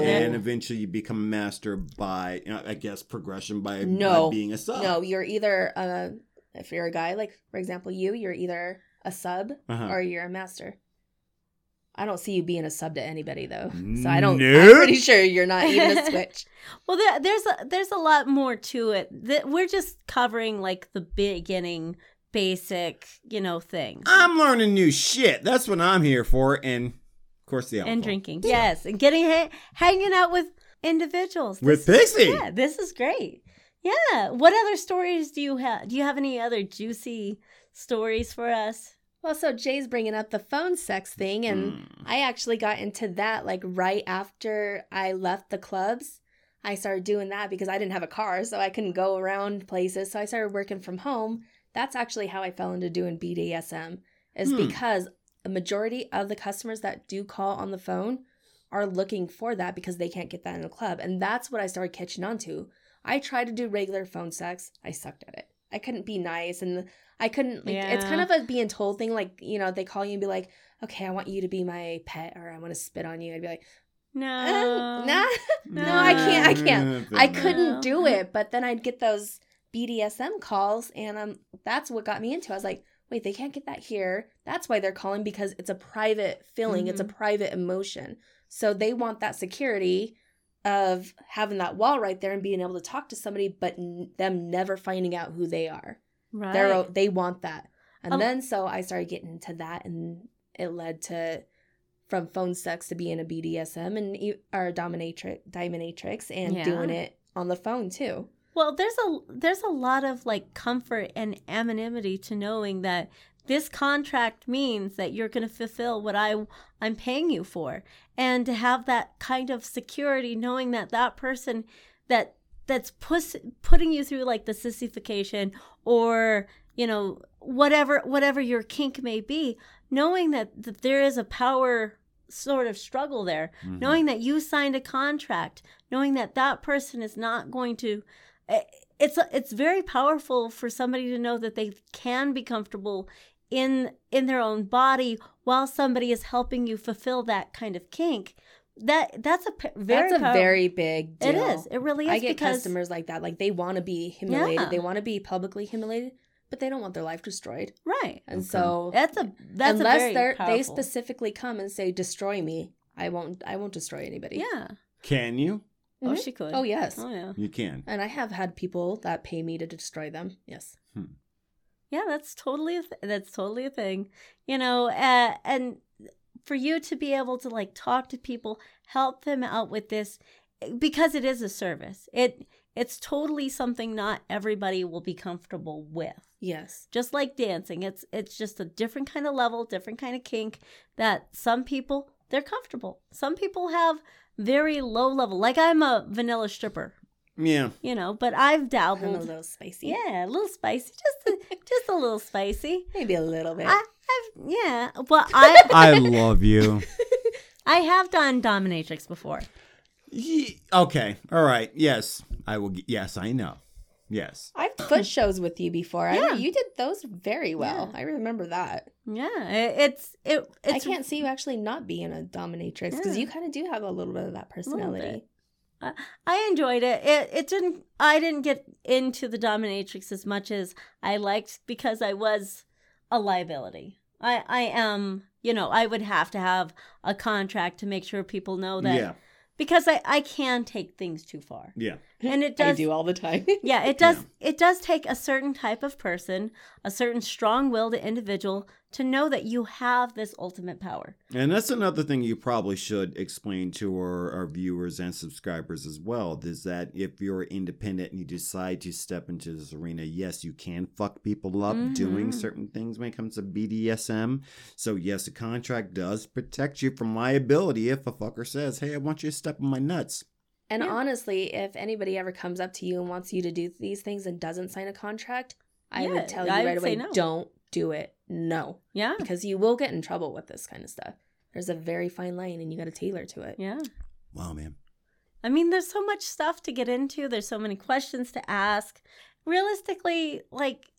A: No.
D: and eventually you become a master by, you know, I guess, progression by, by
C: No.
D: being a sub.
C: No, you're either uh if you're a guy, like for example you, you're either a sub
D: Uh-huh.
C: or you're a master. I don't see you being a sub to anybody though. So I don't I'm
D: Nope.
C: pretty sure you're not even a switch.
A: Well, there, there's a, there's a lot more to it. That we're just covering like the beginning, basic, you know, things
D: I'm learning new shit. That's what I'm here for, and of course the alcohol.
A: and drinking. Yes, and getting ha- hanging out with individuals
D: with
A: This-
D: Pixie.
A: Yeah, this is great. Yeah. What other stories do you have? Do you have any other juicy stories for us?
C: Well, so Jay's bringing up the phone sex thing, and
D: Hmm.
C: I actually got into that like right after I left the clubs. I started doing that because I didn't have a car, so I couldn't go around places. So I started working from home. That's actually how I fell into doing BDSM, is
D: Hmm.
C: because a majority of the customers that do call on the phone are looking for that because they can't get that in a club. And that's what I started catching on to. I tried to do regular phone sex, I sucked at it. I couldn't be nice and I couldn't like it's
A: Yeah.
C: kind of a being told thing like you know they call you and be like okay I want you to be my pet or I want to spit on you I'd be like
A: No.
C: eh, nah
A: No,
C: no I can't I can't I
A: no.
C: couldn't do
A: No.
C: it but then I'd get those BDSM calls and um that's what got me into it. I was like wait they can't get that here that's why they're calling because it's a private feeling it's a private emotion so they want that security of having that wall right there and being able to talk to somebody but n- them never finding out who they are
A: Right.
C: they're o- they want that and
A: Um,
C: then so i started getting into that and it led to from phone sex to being a bdsm and e- or dominatrix dominatrix and
A: Yeah.
C: doing it on the phone too
A: Well, there's a there's a lot of like comfort and anonymity to knowing that this contract means that you're going to fulfill what I I'm paying you for, and to have that kind of security, knowing that that person that that's pus- putting you through like the sissification or you know whatever whatever your kink may be, knowing that, that there is a power sort of struggle there,
D: hmm.
C: Mm-hmm.
A: knowing that you signed a contract, knowing that that person is not going to I- it's a- it's very powerful for somebody to know that they can be comfortable in in their own body while somebody is helping you fulfill that kind of kink that that's a p- very
C: that's a
A: power-
C: very big deal
A: it is it really is
C: i get
A: because
C: customers like that like they want to be humiliated
A: Yeah.
C: they want to be publicly humiliated but they don't want their life destroyed
A: right
C: and so
A: that's a that's
C: Oh. unless
A: a very
C: they're they
A: powerful-
C: specifically come and say destroy me i won't i won't destroy anybody
A: yeah
D: Can you?
A: oh
C: Mhm.
A: she could
C: oh yes
A: oh yeah
D: You can.
C: And I have had people that pay me to destroy them. Yes.
A: Yeah, that's totally a th- that's totally a thing. You know, uh, and for you to be able to like talk to people, help them out with this eh, because it is a service. It it's totally something not everybody will be comfortable with.
C: Yes.
A: Just like dancing, it's it's just a different kind of level, different kind of kink that some people they're comfortable. Some people have very low level. Like I'm a vanilla stripper,
D: Yeah.
A: you know, but I've
C: I'm a
A: dabbled.
C: little spicy.
A: Yeah, a little spicy, just a, just a little spicy.
C: Maybe a little bit.
A: I, I I've yeah. Well, I
D: I love you.
A: I have done dominatrix before.
D: Ye- okay. All right. Yes. I will. g- Yes, I know. Yes.
C: I've foot shows with you before. I
A: Yeah.
C: you did those very well. I remember that.
A: Yeah, it, it's it. It's,
C: I can't see you actually not being a dominatrix because
A: Yeah.
C: you kind of do have a little bit of that
A: little bit.
C: personality.
A: I enjoyed it. It it didn't. I didn't get into the dominatrix as much as I liked because I was a liability. I I am. You know, I would have to have a contract to make sure people know that
D: Yeah.
A: because I I can take things too far.
D: Yeah.
A: And it does
C: I do all the time.
A: Yeah, it does. It does take a certain type of person, a certain strong-willed individual, to know that you have this ultimate power.
D: And that's another thing you probably should explain to our, our viewers and subscribers as well is that if you're independent and you decide to step into this arena, yes, you can fuck people up doing
C: Mm-hmm.
A: Mhm.
D: certain things when it comes to BDSM. So, yes, a contract does protect you from liability if a fucker says, hey, I want you to step on my nuts.
C: And
A: Yeah.
C: honestly, if anybody ever comes up to you and wants you to do these things and doesn't sign a contract, I
A: Yeah,
C: would tell you
A: I
C: right
A: would say
C: away,
A: no.
C: don't do it. No,
A: Yeah,
C: because you will get in trouble with this kind of stuff. There's a very fine line, and you got to tailor to it.
A: yeah.
D: Wow, man.
A: I mean, there's so much stuff to get into. There's so many questions to ask. Realistically, like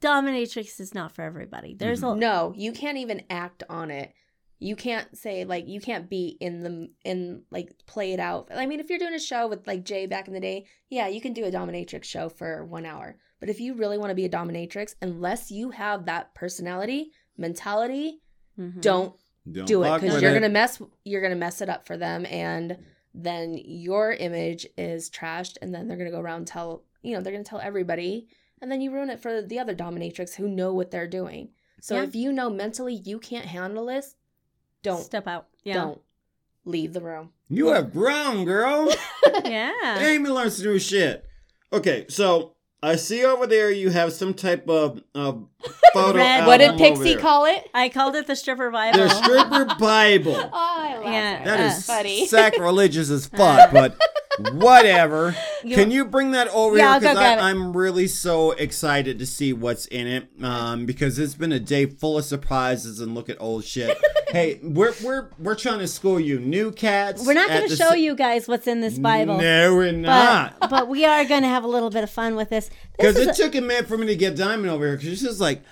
A: dominatrix is not for everybody. There's a
C: Mm-hmm. No, you can't even act on it. You can't say like you can't be in the in like play it out. I mean, if you're doing a show with like Jay back in the day, yeah, you can do a dominatrix show for one hour. But if you really want to be a dominatrix, unless you have that personality mentality,
A: Mhm.
C: don't do it
D: fuck
C: because
D: with
C: you're
D: it.
C: gonna mess you're gonna mess it up for them and then your image is trashed and then they're gonna go around and tell you know they're gonna tell everybody and then you ruin it for the other dominatrix who know what they're doing so
A: Yeah.
C: if you know mentally you can't handle this don't
A: step out. Yeah,
C: don't leave the room
D: You have grown, girl.
A: yeah.
D: Amy learns new shit. Okay, so I see over there you have some type of uh, photo.
A: Red-
C: what did
D: album over
C: pixie
D: there.
C: call it
A: I called it Uh, the stripper Bible.
D: The stripper Bible.
C: oh i love
A: Yeah.
D: That is
C: funny
D: sacrilegious as fuck, but whatever.
A: You-
D: Can you bring that over
A: Yeah, I'll go
D: here? Because
A: grab it.
D: I'm really so excited to see what's in it. Um, because it's been a day full of surprises and look at old shit. hey, we're we're we're trying to school you new cats.
A: We're not
D: at
A: going to
D: the
A: show
D: sa-
A: you guys what's in this Bible.
D: No, we're
A: But,
D: not.
A: but we are going to have a little bit of fun with this. This
D: Because
A: is
D: it took a minute for me to get Diamond over here. Because she's just like,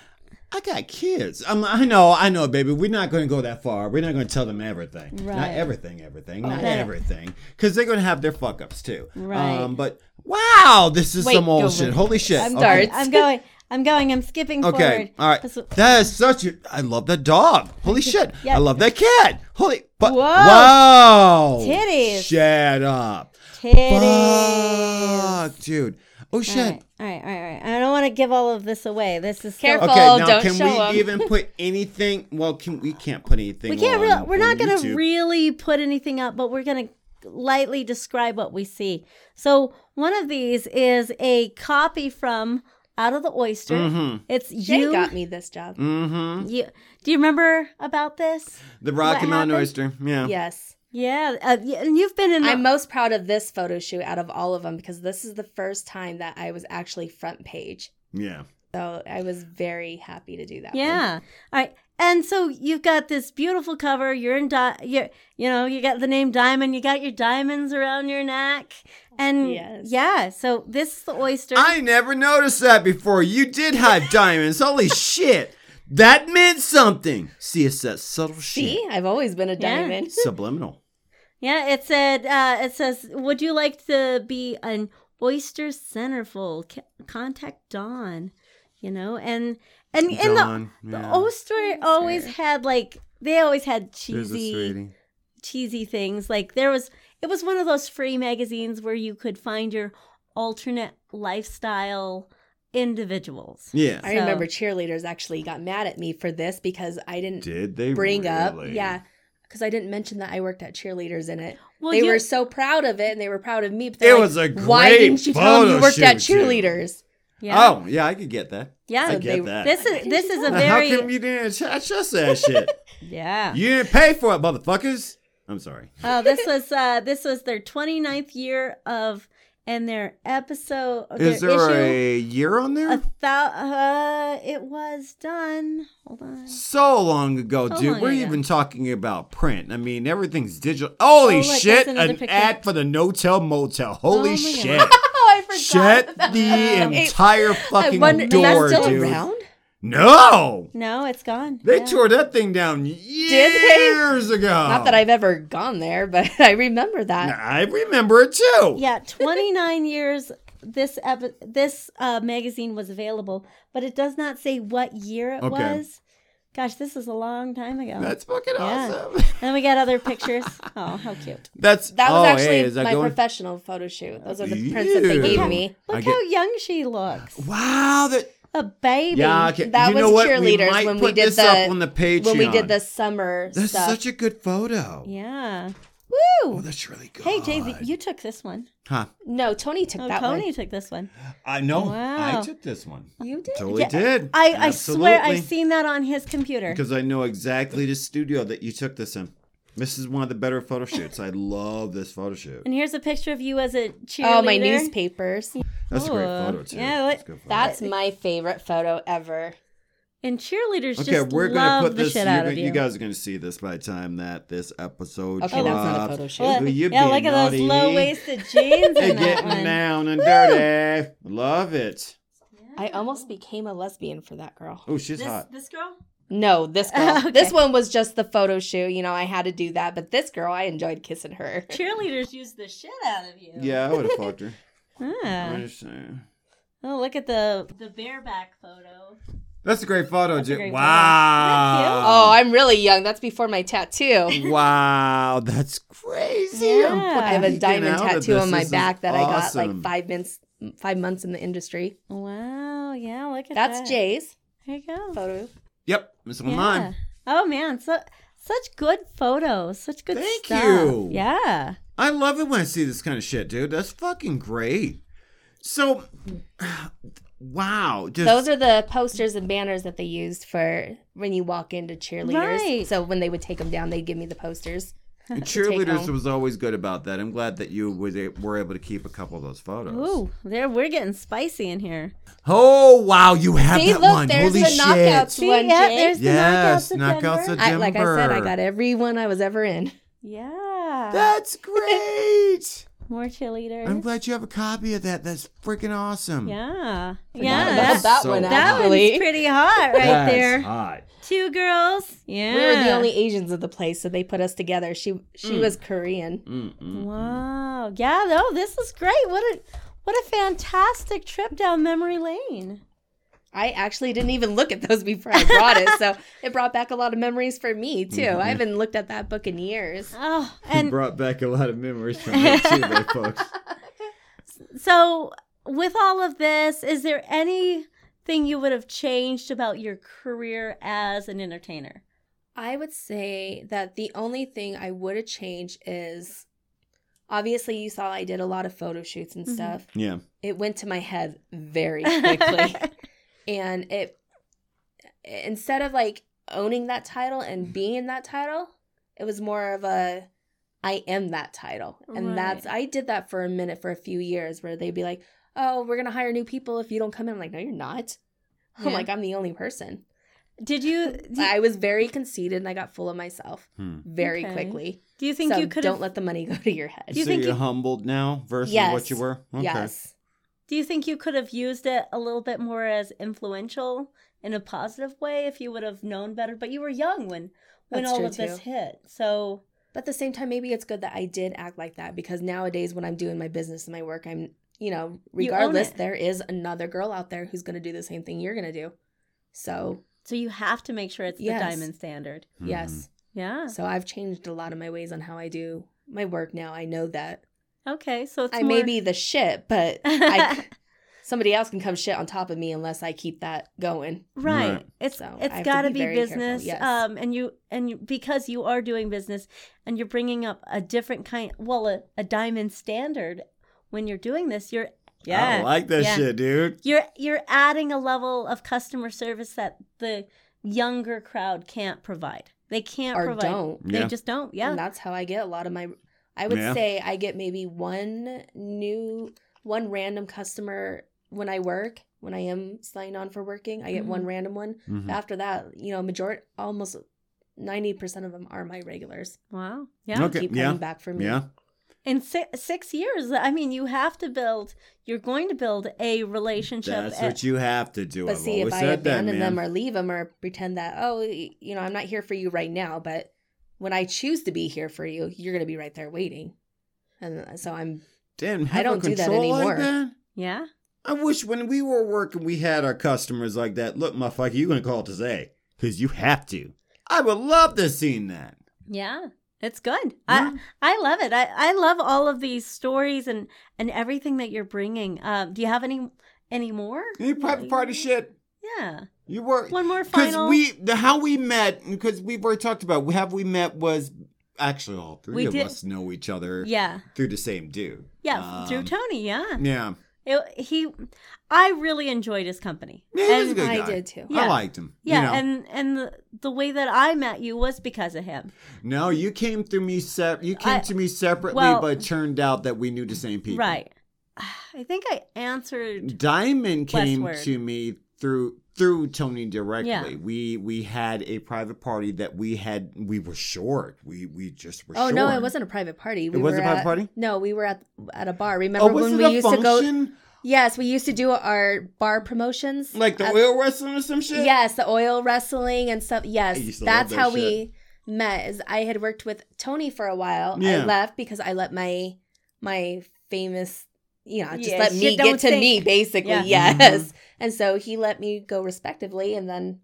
D: I got kids. I'm, I know, I know, baby. We're not going to go that far. We're not going to tell them everything. Not
A: Right.
D: everything, everything, not
A: Better.
D: everything. Because they're going to have their fuck ups too. Um,
A: Right.
D: but wow, this is
C: Wait,
D: some
C: go
D: old shit.
C: with-
D: Holy shit.
A: I'm
D: okay.
A: going. I'm going. I'm going. I'm skipping forward.
D: Okay. All right.
A: This-
D: That is such a. I love that dog. Holy shit.
A: Yeah.
D: I love that cat. Holy. But,
A: Whoa.
D: Wow.
A: Titties.
D: Shut up.
A: Titties.
D: Fuck, dude. Oh
A: All
D: shit.
A: right. All right. All right. I don't want to give all of this away. This is
C: Careful.
A: So,
D: Okay,
C: Oh,
D: now
C: don't
D: can
C: show
D: we
C: 'em.
D: even put anything? Well, can we can't put anything.
A: we can't.
D: On,
A: Real, we're not
D: on
A: going to
D: YouTube.
A: really put anything up, but we're going to lightly describe what we see. So one of these is a copy from Out of the Oyster. It's
C: jay
A: you.
C: got me this job
D: Mm-hmm.
A: you. Do you remember about this?
D: The Rocky
A: What
D: Mountain
A: happened?
D: oyster. Yeah.
C: yes
A: Yeah, uh, y- and you've been in.
C: I'm most proud of this photo shoot out of all of them because this is the first time that I was actually front page.
D: Yeah.
C: So I was very happy to do that. one.
A: Yeah. All right. And so you've got this beautiful cover. You're in, di- you you know, you got the name diamond. You got your diamonds around your neck, and
C: Yes.
A: yeah. So this is the oyster.
D: I never noticed that before. You did have diamonds. Holy shit. That meant something. See, it's that subtle
C: See,
D: shit.
C: I've always been a
A: Yeah.
C: diamond.
D: Subliminal.
A: yeah. It said. Uh, it says, "Would you like to be an oyster centerfold? C- contact Dawn." You know, and and and the,
D: Dawn,
A: the
D: yeah.
A: oyster always had like they always had
D: There's a
A: cheesy.
D: sweetie.
A: cheesy things. Like there was, it was one of those free magazines where you could find your alternate lifestyle individuals.
D: Yeah.
C: I
A: So-
C: remember cheerleaders actually got mad at me for this because I didn't
D: did they
C: bring up.
D: really?
C: Yeah. Because I didn't mention that I worked at cheerleaders in it.
A: Well,
C: they
A: you-
C: were so proud of it and they were proud of me. But
D: It
C: they're like,
D: was a
C: Why
D: great
C: didn't you tell me you
D: photo
C: worked at
D: shoot, dude."
C: cheerleaders?
A: yeah,
D: Oh, yeah, I could get that.
A: yeah.
D: I
C: So
D: get
C: they-
D: that.
A: This is this is a
D: How come
A: very
D: you didn't attach us to that shit?
A: yeah.
D: you didn't pay for it, motherfuckers. I'm sorry.
A: uh, Oh, this was uh, this was their 29th year of and their episode. or
D: Is
A: their
D: there
A: issue,
D: a year on there?
A: a thou- uh, It was done. Hold on.
D: so long ago,
A: So
D: dude.
A: long
D: We're
A: ago.
D: even talking about print. I mean, everything's digital. Holy
A: Oh, look,
D: shit!
A: that's another
D: An
A: picture.
D: ad for the No Tell Motel. Holy
A: my
D: shit!
C: Oh, I forgot.
D: Shut the entire fucking
C: wonder- is that
D: door,
C: still
D: dude.
E: around?
D: No,
A: No, it's gone.
D: they
A: Yeah.
D: tore that thing down years
C: they?
D: ago.
C: Not that I've ever gone there, but I remember that.
D: I remember it too.
A: Yeah, 29 years this epi- this uh, magazine was available, but it does not say what year it
D: Okay.
A: was. Gosh, this is a long time ago.
D: That's fucking
A: Yeah.
D: awesome.
A: and we got other pictures. Oh, how cute.
D: That's
C: That was
D: oh,
C: actually
D: hey, is that
C: my
D: going?
C: professional photo shoot. Those are the prints that they
D: Ew.
C: gave me.
A: Look
D: I
A: how
D: get-
A: young she looks.
D: wow, that
A: A baby.
D: yeah. Okay.
C: That
D: you
C: was
D: know what?
C: cheerleaders
D: we might
C: when we
D: put
C: did
D: this
C: the-
D: up on the Patreon.
C: When we did the summer
D: That's
C: stuff.
D: such a good photo.
A: Yeah.
D: Oh,
A: Woo!
D: that's really good.
A: Hey, Jay Z, you took this one.
D: Huh?
C: no, Tony took
A: Oh,
C: that
A: Tony
C: one.
A: took this one.
D: I know.
A: Wow.
D: I took this one.
C: You did.
D: Totally
A: Yeah,
D: did.
A: I, I swear
D: Absolutely.
A: I've seen that on his computer.
D: Because I know exactly the studio that you took this in. This is one of the better photo shoots. I love this photo shoot.
A: And here's a picture of you as a cheerleader.
C: Oh, my newspapers.
D: That's a great
A: Ooh.
D: photo too.
A: Yeah, like-
D: That's a good photo.
C: That's my favorite photo ever.
A: And cheerleaders
D: okay.
A: just
D: We're gonna
A: love
D: put
A: the
D: this.
A: shit
D: you're
A: out
D: gonna-
A: of you.
D: you guys are gonna see this by the time that this episode
C: Okay, that's not a
D: drops.
C: photo shoot.
A: Well,
D: Will you
A: yeah,
D: be
A: look at those
D: naughty?
A: low waisted jeans
D: Hey,
A: in that
D: getting
A: one.
D: down and dirty. Love it.
C: I almost became a lesbian for that girl.
D: Oh, she's hot.
A: this girl?
C: No, this girl.
A: Okay.
C: This one was just the photo shoot. You know, I had to do that, but this girl, I enjoyed kissing her.
A: Cheerleaders use the shit out of you.
D: Yeah, I would have fucked her. I
A: Ah.
D: understand.
A: Oh, look at the the bareback photo.
D: That's a great photo,
A: That's a
D: Jim.
A: great photo.
C: Oh,
D: wow.
C: I'm really young. That's before my tattoo.
D: Oh. wow. That's crazy. I'm
A: Yeah.
D: fucking
A: I
C: I have a
D: geeking
C: diamond
D: out at
C: tattoo
D: this.
C: on my
D: This is
C: back that I got
D: awesome.
C: like five months five months in the industry.
A: Wow. Yeah, look at
C: That's
A: that.
C: Jay's
A: There you go.
C: photo.
D: Yep, it's on
A: Yeah.
D: mine.
A: Oh man, so such good photos, such good
D: Thank
A: stuff.
D: you.
A: Yeah.
D: I love it when I see this kind of shit, dude. That's fucking great. So, wow. Just,
C: Those are the posters and banners that they used for when you walk into cheerleaders.
A: Right.
C: So when they would take them down, they'd give me the posters.
D: cheerleaders
C: home.
D: was always good about that. I'm glad that you was a- were able to keep a couple of those photos.
A: Ooh, there we're getting spicy in here.
D: Oh, wow. You have
C: See,
D: that
C: look,
D: one.
C: there's
D: Holy
C: the
D: shit.
C: knockouts
A: See,
C: one,
A: yeah,
C: Jay.
A: there's the
D: Yes,
A: knockouts, of
D: knockouts
A: Denver.
D: of
C: I, like I said, I
D: Denver.
C: got every one I was ever in.
A: Yeah.
D: That's great.
A: More cheerleaders.
D: I'm glad you have a copy of that. That's freaking awesome.
A: Yeah.
C: about
A: Yeah.
D: That's
A: That,
C: that one,
A: that
C: Actually.
A: one's pretty hot right
D: That's
A: there.
D: hot.
A: Two girls. Yeah. Mm.
C: We were the only Asians of the place, so they put us together. She she was Korean.
D: Mm-mm.
A: Wow. Yeah, no, this is great. What a what a fantastic trip down memory lane.
C: I actually didn't even look at those before I brought it, so it brought back a lot of memories for me too.
A: Mm-hmm.
C: I haven't looked at that book in years.
A: Oh, and
D: brought back a lot of memories from that too, there, folks.
A: so with all of this, is there anything you would have changed about your career as an entertainer?
C: I would say that the only thing I would have changed is obviously you saw I did a lot of photo shoots and
A: Mhm.
C: stuff.
D: Yeah.
C: It went to my head very quickly. and it instead of like owning that title and being in that title, it was more of a I am that title. And
A: Right.
C: that's I did that for a minute for a few years where they'd be like, "Oh, we're going to hire new people if you don't come in." I'm like, "No, you're not."
A: Yeah.
C: I'm like, "I'm the only person."
A: Did you do,
C: I was very conceited and I got full of myself very
A: Okay.
C: quickly.
A: do you think
C: so
A: you could
C: don't
A: have
C: let the money go to your head.
A: Do you
D: so
A: think
D: you're
A: you-
D: humbled now versus what you
C: Yes.
D: were?
C: Yes.
A: do you think you could have used it a little bit more as influential in a positive way if you would have known better? But you were young when when
C: That's
A: all
C: true,
A: of this
C: too.
A: hit. So
C: But at the same time, maybe it's good that I did act like that because nowadays, when I'm doing my business and my work, I'm, you know, regardless,
A: it.
C: there is another girl out there who's going to do the same thing you're going to do. So,
A: So you have to make sure it's
C: Yes.
A: the diamond standard.
D: Hmm. Mm-hmm.
C: yes.
A: Yeah.
C: So I've changed a lot of my ways on how I do my work now. I know that
A: Okay. So it's
C: I
A: more...
C: may be the shit, but I, somebody else can come shit on top of me unless I keep that going.
A: right.
D: Right.
A: It's
C: So I have
A: it's
C: to
A: got to
C: be
A: be,
C: very careful,
A: business.
C: yes.
A: Um, and you and you, because you are doing business and you're bringing up a different kind, well, a, a diamond standard when you're doing this, you're yeah,
D: I
C: Oh,
D: like that
A: Yeah.
D: shit, dude.
A: you're you're adding a level of customer service that the younger crowd can't provide. They can't
C: Or
A: provide.
C: don't.
A: They
D: Yeah.
A: just don't.
C: And
A: Yeah.
C: that's how I get a lot of my I would
D: Yeah.
C: say I get maybe one new one random customer when I work, when I am signed on for working, I get
A: Mhm.
C: one random one.
D: Mhm.
C: After that, you know, majority almost 90% of them are my regulars.
A: Wow. Yeah.
D: Okay,
C: Keep coming
D: yeah,
C: back for me.
D: Yeah.
A: In six, six years, I mean, you have to build, you're going to build a relationship.
D: That's
A: at-
D: what you have to do.
C: But
D: I've
C: see, if
D: always
C: I
D: said that,
C: abandon
D: man.
C: them or leave them or pretend that, oh, y- you know, I'm not here for you right now, but when I choose to be here for you, you're going to be right there waiting. And uh, so I'm,
D: Damn,
C: I
D: have
C: don't do that
D: control like
C: anymore.
D: that?
A: yeah.
D: I wish when we were working, we had our customers like that. Look, motherfucker, you gonna call today because you have to. I would love to have seen that.
A: Yeah. It's good.
D: Yeah.
A: I, I love it. I, I love all of these stories and, and everything that you're binging. Uh, do you have any any more?
D: Any private party shit?
A: Yeah.
D: You work
A: One more
D: because
A: final.
D: we the how we met because we've already talked about have we met was actually all three
A: We
D: of
A: did-
D: us know each other
A: yeah.
D: through the same dude.
A: Yeah. through
D: Um,
A: Tony. Yeah.
D: Yeah,
A: It, he, I really enjoyed his company.
D: Yeah, he was
A: And-
D: Good
C: I
D: guy.
C: did too.
A: Yeah.
D: I liked him. you
A: Yeah,
D: know.
A: and and the, the way that I met you was because of him.
D: No, you came through me sep- you came
A: I-
D: to me separately,
A: well-
D: but it turned out that we knew the same people.
A: Right. I think I answered.
D: Diamond came
A: Westward.
D: to me through through Tony directly.
A: Yeah.
D: We we had a private party that we had we were short. We we just were
C: Oh
D: short.
C: no, it wasn't a private party. We
D: It wasn't a
C: were
D: private
C: at-
D: party?
C: No, we were at at a bar.
D: Oh,
C: Remember
D: was
C: when
D: it
C: we
D: a
C: used to go?
D: function?
C: Yes, we used to do our bar promotions.
D: Like the
C: at-
D: oil wrestling or some shit?
C: Yes, the oil wrestling and stuff. Yes,
D: used to love
C: that's
D: that
C: how
D: shit.
C: we met. Is I had worked with Tony for a while.
D: Yeah.
C: I left because I let my my famous, you know, just
A: Yeah,
C: let
A: shit
C: me
A: don't
C: get to me
A: sink.
C: basically.
A: Yeah.
D: Mm-hmm.
C: Yes, and so he let me go respectively, and then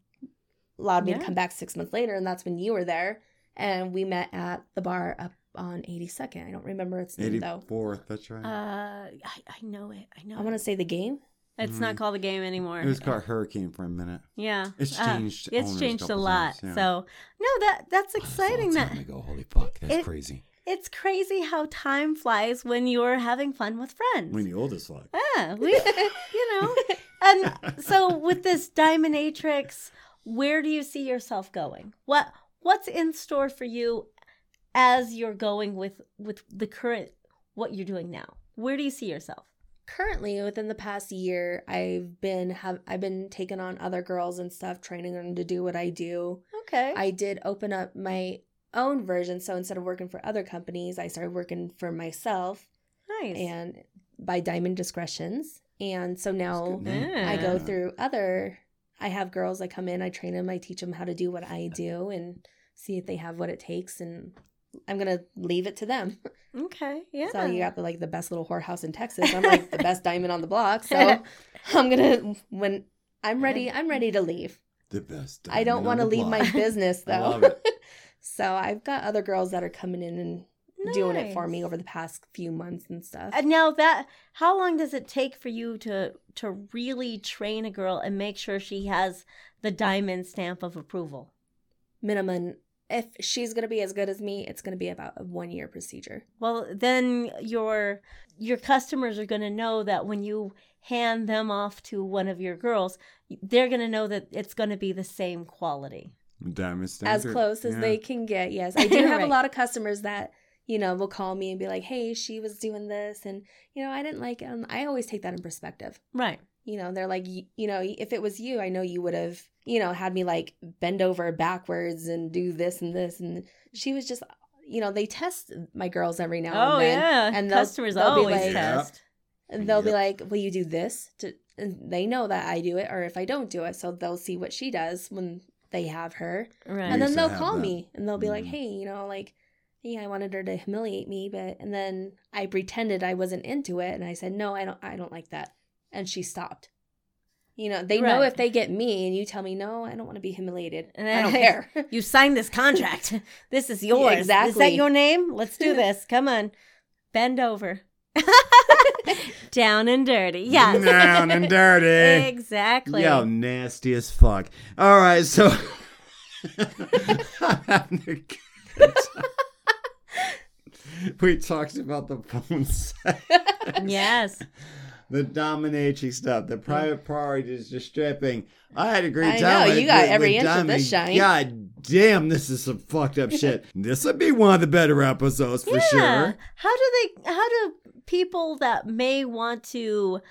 C: allowed me to
A: Yeah.
C: come back six months later, and that's when you were there, and we met at the bar up on 82nd. I don't remember its name
D: Eighty
C: though.
D: fourth, that's right.
A: Uh, I, I know it. I know.
C: I want to
A: it.
C: say the game.
A: It's not called the game anymore.
D: Mm. it was called Hurricane for a minute.
A: Yeah.
D: It's
A: Uh,
D: changed
A: it's
D: owners a
A: changed a
D: couple
A: lot.
D: times, yeah. Oh,
A: So no, that that's exciting. That
D: go, holy fuck, that's
A: It-
D: crazy.
A: it's crazy how time flies when you're having fun with friends.
D: When the oldest fuck.
A: Yeah, we, you know. And so with this Diamondatrix, where do you see yourself going? What what's in store for you as you're going with with the current what you're doing now? Where do you see yourself?
C: currently within the past year i've been have i've been taking on other girls and stuff training them to do what i do
A: Okay.
C: i did open up my own version so instead of working for other companies i started working for myself
A: nice.
C: and by diamond discretions and so now
A: Yeah.
C: i go through other i have girls i come in i train them i teach them how to do what i do and see if they have what it takes and i'm gonna leave it to them
A: okay. Yeah.
C: so you got the, like the best little whorehouse in Texas. I'm like the best diamond on the block. So I'm gonna when I'm ready. I'm ready to leave.
D: The best.
C: I don't
D: diamond
C: want to
D: on the
C: leave my
D: block.
C: business
D: I
C: though.
D: love it.
C: so I've got other girls that are coming in and doing it for
A: Nice.
C: me over the past few months and stuff.
A: And Uh, now that how long does it take for you to to really train a girl and make sure she has the diamond stamp of approval?
C: Minimum, if she's gonna be as good as me, it's gonna be about a one year procedure.
A: Well, then your your customers are going to know that when you hand them off to one of your girls, they're going to know that it's going to be the same quality.
D: Diamond
C: as
D: standard,
C: close as
D: yeah.
C: they can get. Yes, I do have
A: Right.
C: a lot of customers that you know will call me and be like, "Hey, she was doing this, and you know, I didn't like it." And I always take that in perspective.
A: Right.
C: You know, they're like, y- you know, if it was you, I know you would have, you know, had me like bend over backwards and do this and this, and she was just, you know, they test my girls every now
A: Oh
C: and then.
A: yeah,
C: and
A: and
C: they'll-
A: customers
C: they'll be
A: always
C: like-
A: test.
C: And they'll be
D: Yep.
C: like, "Will you do this?" To, and they know that I do it, or if I don't do it, so they'll see what she does when they have her.
A: Right.
C: and
D: We
C: then
D: used to
C: they'll
D: have
C: call
D: that.
C: me and they'll be like
A: Mm-hmm.
D: Mhm.
C: hey you know like yeah i wanted her to humiliate me but and then i pretended i wasn't into it and i said no i don't i don't like that and she stopped you know they know
A: Right.
C: if they get me and you tell me no i don't want to be humiliated
A: And
C: i don't
A: then-
C: care
A: you signed this contract. this is yours. Is that
C: exactly.
A: your name? Let's do this. Come on. Bend over. Down and dirty. Yes.
D: Down and dirty.
A: Exactly.
D: Yo, nasty as fuck. All right, so. I'm having a good time. we talked about the phone sex,
A: Yes.
D: the dominatrix stuff, the private parties, the stripping. I had a great
C: Mm. I
D: time.
C: know,
D: with
C: you got
D: the-
C: every
D: with
C: inch of
D: Diamond.
C: this, Shine.
D: God damn, this is some fucked up shit. This would be one of the better episodes for
A: Yeah.
D: sure.
A: How do they? How do people that may want to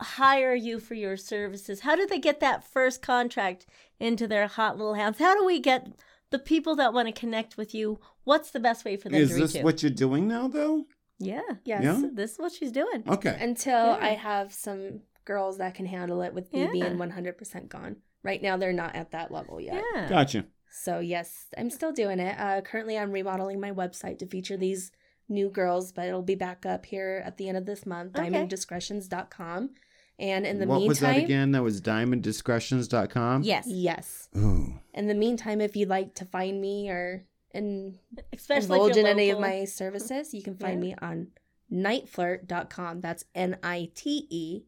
A: hire you for your services? How do they get that first contract into their hot little hands? How do we get the people that want to connect with you? What's the best way for them
D: Is
A: to reach
D: this
A: you?
D: what you're doing now, though?
A: yeah.
C: Yes.
D: Yeah. Oh,
A: This is what she's doing.
D: Okay.
C: Until
A: Yeah.
C: I have some girls that can handle it with me
A: Yeah.
C: being 100% gone. Right now, they're not at that level yet.
A: Yeah.
D: Gotcha.
C: So, yes, I'm still doing it. Uh, currently, I'm remodeling my website to feature these new girls, but it'll be back up here at the end of this month.
A: Okay.
C: DiamondDiscretions.com. And in the
D: what
C: meantime,
D: was that again? That was diamonddiscretions.com?
A: Yes.
C: yes.
D: Ooh.
C: In the meantime, if you'd like to find me or in,
A: Especially
C: indulge
A: if
C: in
A: you're
C: any of
A: local.
C: my services, you can find
A: Yeah.
C: me on nightflirt.com. That's N I T E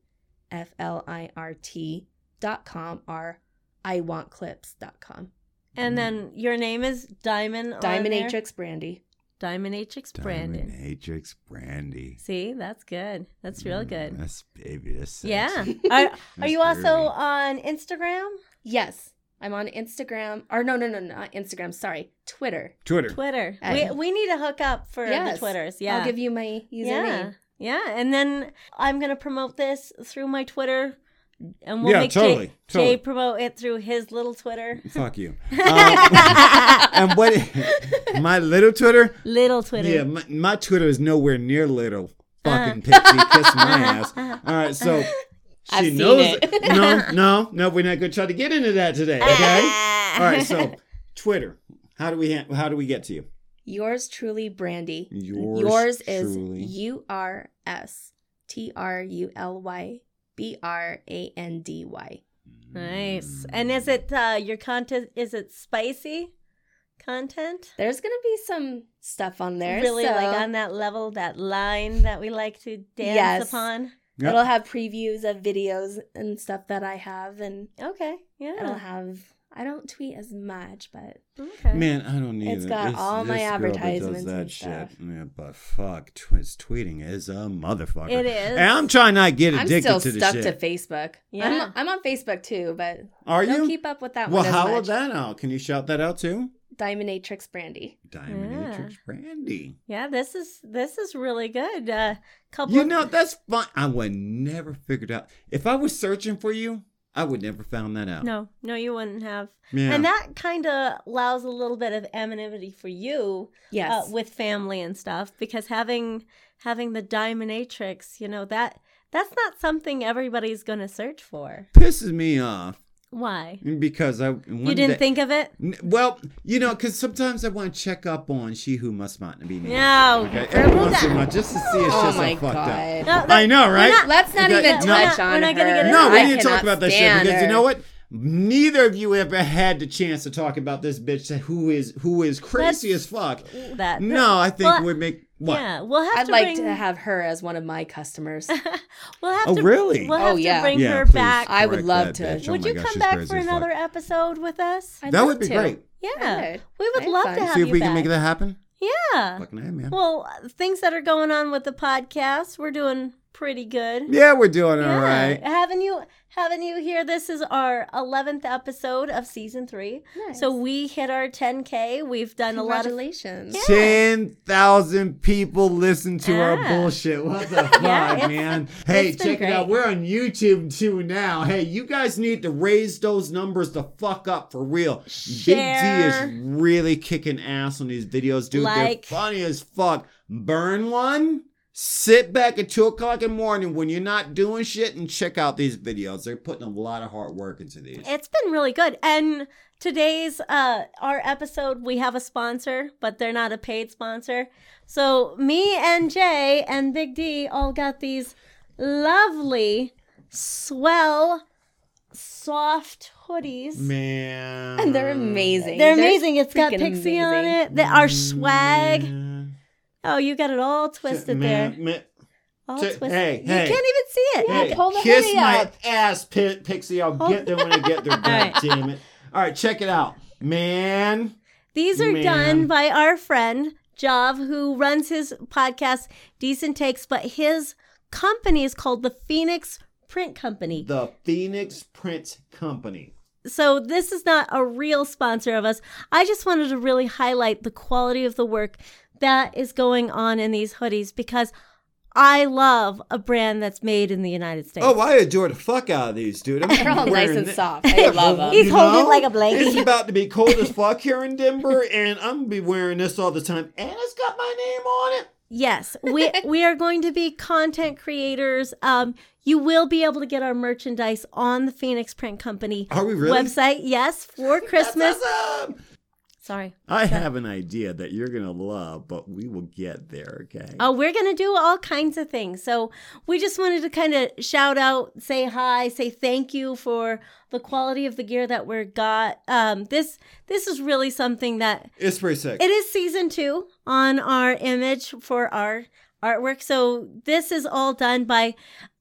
C: F L I R T dot com or I want clips.com.
A: And then your name is Diamond. on
C: Diamond
A: there?
C: Atrix Brandy.
A: Diamond Atrix Brandon.
D: Dominatrix Brandy.
A: See, that's good. That's real
D: Mm,
A: good.
D: That's baby. That's sexy.
A: Yeah. Are, are
D: That's
A: you also
D: groovy.
A: on Instagram?
C: Yes. I'm on Instagram. Or no, no, no, not Instagram. Sorry. Twitter.
D: Twitter.
A: Twitter.
C: Uh,
A: we, we need to hook up for
C: Yes.
A: the Twitters. Yeah.
C: I'll give you my
A: yeah.
C: username.
A: Yeah. And then I'm going to promote this through my Twitter. And we'll
D: Yeah,
A: make
D: totally,
A: Jay, Jay
D: totally.
A: promote it through his little Twitter.
D: Fuck you. Um, and what? My little Twitter.
A: little Twitter. Uh-huh.
D: Yeah, my, my Twitter is nowhere near little. Fucking pixie, kiss my ass. All right, so she
C: I've seen
D: knows.
C: it.
D: no, no, no. We're not gonna try to get into that today. Okay. All right, so Twitter. How do we ha- how do we get to you?
C: Yours truly, Brandy.
D: Yours
C: is
D: truly.
C: U R S T R U L Y B R A N D Y.
A: Nice. And is it uh, your content? Is it spicy content?
C: There's gonna be some stuff on there.
A: really
C: so
A: like on that level, that line that we like to dance
C: Yes.
A: upon.
D: Yep.
C: It'll have previews of videos and stuff that I have, and
A: Okay.
C: it'll
A: Yeah.
C: have. I don't tweet as much, but
A: Okay.
D: Man, I don't need
C: It's got all my advertisements and stuff.
D: Yeah, but fuck, tw- it's tweeting is a motherfucker.
A: It is.
D: And I'm trying not to get
C: I'm
D: addicted
C: still
D: to the
C: stuck
D: shit.
C: to Facebook.
A: Yeah.
C: I'm, I'm on Facebook too, but
D: Are
C: don't
D: you?
C: keep up with that
D: well,
C: one as
D: how about
C: much.
D: that out? Can you shout that out too?
C: Diamondatrix Brandy.
D: Diamond
A: Yeah.
D: Matrix Brandy.
A: Yeah, this is this is really good. Uh, couple.
D: You
A: of-
D: know that's fun. I would never figured out if I was searching for you. I would never found that out.
A: no, no, you wouldn't have.
D: Yeah.
A: And that kind of allows a little bit of anonymity for you
C: Yes.
A: uh, with family and stuff because having having the diamondatrix, you know that that's not something everybody's going to search for.
D: pisses me off
A: Why?
D: because I
A: You didn't think of it?
D: N- Well, you know, because sometimes I want to check up on she who must not be named.
A: No.
D: Okay,
A: Grandma,
D: every once in a
A: that-
D: while, just to see if
C: oh
D: she's
C: my
D: all fucked up.
C: god.
A: No, that-
D: I know, right?
A: not-
C: Let's not
D: Okay,
C: even
D: no,
C: touch
D: we're
A: not-
C: on
A: we're not gonna
C: her.
A: get
D: No, we
A: I
D: need to talk
C: cannot
D: about that shit
C: stand
D: because you
C: her.
D: know what? Neither of you ever had the chance to talk about this bitch who is who is crazy as fuck.
A: that
D: No, I think
A: Well,
D: we make what?
A: Yeah, we'll have
C: I'd
A: to
C: like
A: bring,
C: to have her as one of my customers.
A: We'll have
D: Oh,
A: to
D: really?
A: We'll
C: Oh,
A: have
C: yeah.
A: to bring
D: Yeah,
A: her
D: please.
A: back.
C: I would
D: Correct
C: love
D: that
C: to.
D: bitch. Oh
A: would
D: my
A: you
D: gosh,
A: come
D: she's
A: back
D: crazy
A: for
D: as fuck.
A: another episode with us?
C: I'd
D: That
C: love
D: would be
C: to.
D: great.
A: Yeah,
C: would.
A: we would
C: That'd be
A: love to
C: fun.
A: have
D: See if
A: you
D: we
A: back. Uh,
D: can make that happen.
A: Yeah.
D: Fucking A, man.
A: Well, things that are going on with the podcast, we're doing pretty good.
D: yeah, we're doing
A: Yeah.
D: all right.
A: Having you having you here, this is our eleventh episode of season three.
C: Nice.
A: So we hit our ten K. We've done a lot of
C: Congratulations.
A: Yeah.
D: Ten thousand people listen to our
A: Yeah.
D: bullshit. What the fuck,
A: Yeah, it's-
D: man? Hey,
A: it's been
D: check it out.
A: great.
D: We're on YouTube too now. Hey, you guys need to raise those numbs the fuck up for real.
A: Share.
D: Big D is really kicking ass on these videos, dude.
A: Like.
D: They're funny as fuck. Burn one. Sit back at two o'clock in the morning when you're not doing shit and check out these videos. They're putting a lot of hard work into these.
A: It's been really good. And today's uh our episode we have a sponsor, but they're not a paid sponsor. So me and Jay and Big D all got these lovely swell soft hoodies.
D: Man,
C: And they're amazing.
A: They're amazing. It's got
C: freaking
A: pixie on
C: amazing.
A: it. They are
D: Mm.
A: swag.
D: Man.
A: Oh, you got it all twisted
D: Man,
A: there.
D: man,
A: All
D: Ch-
A: twisted.
D: hey,
A: you
D: hey.
A: can't even see it.
D: Hey,
A: Look, hold the
D: kiss
A: hoodie
D: my
A: up.
D: ass, Pi- Pixie. I'll
A: Hold-
D: get there when I get there. God
A: right.
D: damn it! All right, check it out, man.
A: These are
D: Man.
A: done by our friend Jav, who runs his podcast Decent Takes, but his company is called the Phoenix Print Company.
D: The Phoenix Print Company.
A: so this is not a real sponsor of us. I just wanted to really highlight the quality of the work that is going on in these hoodies because I love a brand that's made in the United States.
D: Oh, I adore the fuck out of these, dude. I'm
C: They're all nice
D: wearing
C: and
D: thi-
C: soft. I love them.
A: He's
D: You
A: holding
D: know,
A: like a blanket.
D: It's about to be cold as fuck here in Denver, and I'm gonna be wearing this all the time, and it's got my name on it.
A: Yes, we we are going to be content creators. Um, you will be able to get our merchandise on the Phoenix Print Company
D: Are we really?
A: website. Yes, for Christmas.
D: That's awesome.
A: Sorry.
D: I have an idea that you're gonna love, but we will get there. Okay.
A: Oh, we're going to do all kinds of things. So we just wanted to kind of shout out, say hi, say thank you for the quality of the gear that we're got. Um, this this is really something that
D: It's pretty sick.
A: It is season two on our image for our artwork. So this is all done by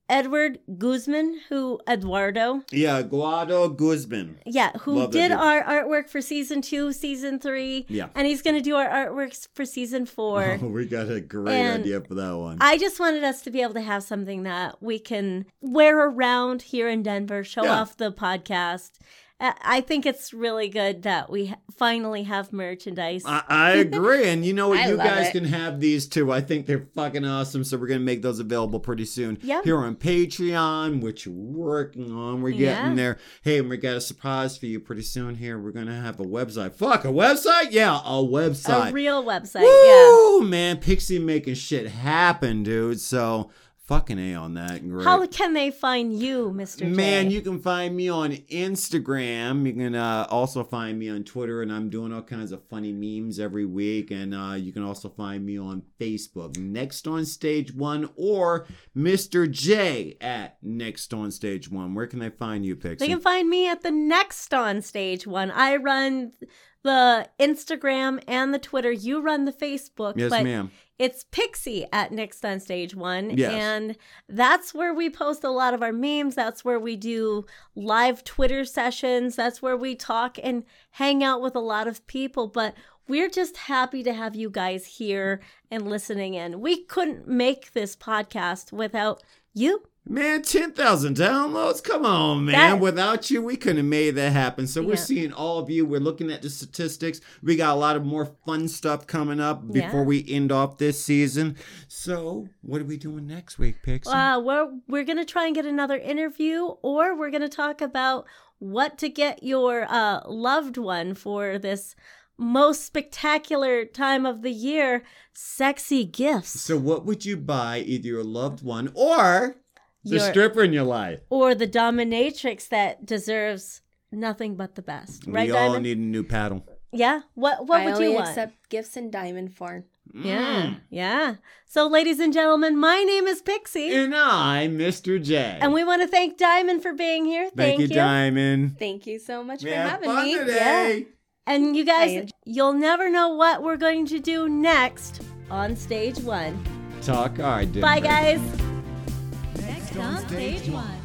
A: Edward Guzman, who Eduardo,
D: yeah, Guado Guzman.
A: yeah, who
D: Love that
A: did
D: dude.
A: our artwork for season two, season three,
D: Yeah.
A: and he's going to do our artworks for season four.
D: Oh, we got a great
A: And
D: idea for that one.
A: I just wanted us to be able to have something that we can wear around here in Denver, show
D: Yeah.
A: off the podcast. I I think it's really good that we ha- finally have merchandise.
D: I, I agree. And you know what?
C: I
D: you
C: love
D: guys
C: it.
D: can have these too. I think they're fucking awesome. So we're going to make those available pretty soon
A: Yeah.
D: here on Patreon, which we're working on. We're getting
A: Yeah.
D: there. Hey, and we got a surprise for you pretty soon here. We're going to have a website. Fuck, a website? Yeah, a website.
A: a real website, yeah.
D: Woo, man. Pixie making shit happen, dude. So fucking A on that. Great.
A: How can they find you, Mr.
D: Man,
A: J?
D: you can find me on Instagram. You can uh, also find me on Twitter, and I'm doing all kinds of funny memes every week. And uh, you can also find me on Facebook, Next on Stage One, or Mr. J at Next on Stage One. Where can they find you, Pixie?
A: They can find me at the next on stage one. I run the Instagram and the Twitter. You run the Facebook.
D: yes,
A: but
D: ma'am.
A: It's Pixie at Next on Stage One.
D: Yes.
A: And that's where we post a lot of our memes. That's where we do live Twitter sessions. That's where we talk and hang out with a lot of people. But we're just happy to have you guys here and listening in. We couldn't make this podcast without you.
D: Man, 10,000 downloads? Come on, man.
A: That-
D: Without you, we couldn't have made that happen. So we're
A: Yeah.
D: seeing all of you. We're looking at the statistics. We got a lot of more fun stuff coming up before
A: Yeah.
D: we end off this season. So what are we doing next week, Pixie?
A: Uh, we're we're gonna try and get another interview, or we're gonna talk about what to get your uh, loved one for this most spectacular time of the year: sexy gifts,
D: so what would you buy either your loved one or the
A: Your-
D: stripper in your life?
A: or the dominatrix that deserves nothing but the best. Right,
D: we
A: Diamond?
D: all need a new paddle.
A: yeah. What What
C: I
A: would
C: only
A: you want?
C: accept gifts in diamond form.
D: Mm.
A: yeah, yeah. So, ladies and gentlemen, my name is Pixie,
D: And I, Mr. J.
A: and we want to thank Diamond for being here.
D: Thank, you, Diamond.
C: Thank you so much
D: We
C: for
D: had
C: having
D: fun
C: me.
D: today.
A: And you
C: I
A: guys,
C: enj-
A: you'll never know what we're going to do next on stage one.
D: Talk hard,
A: Bye,
D: Denver.
A: guys. Next on stage one.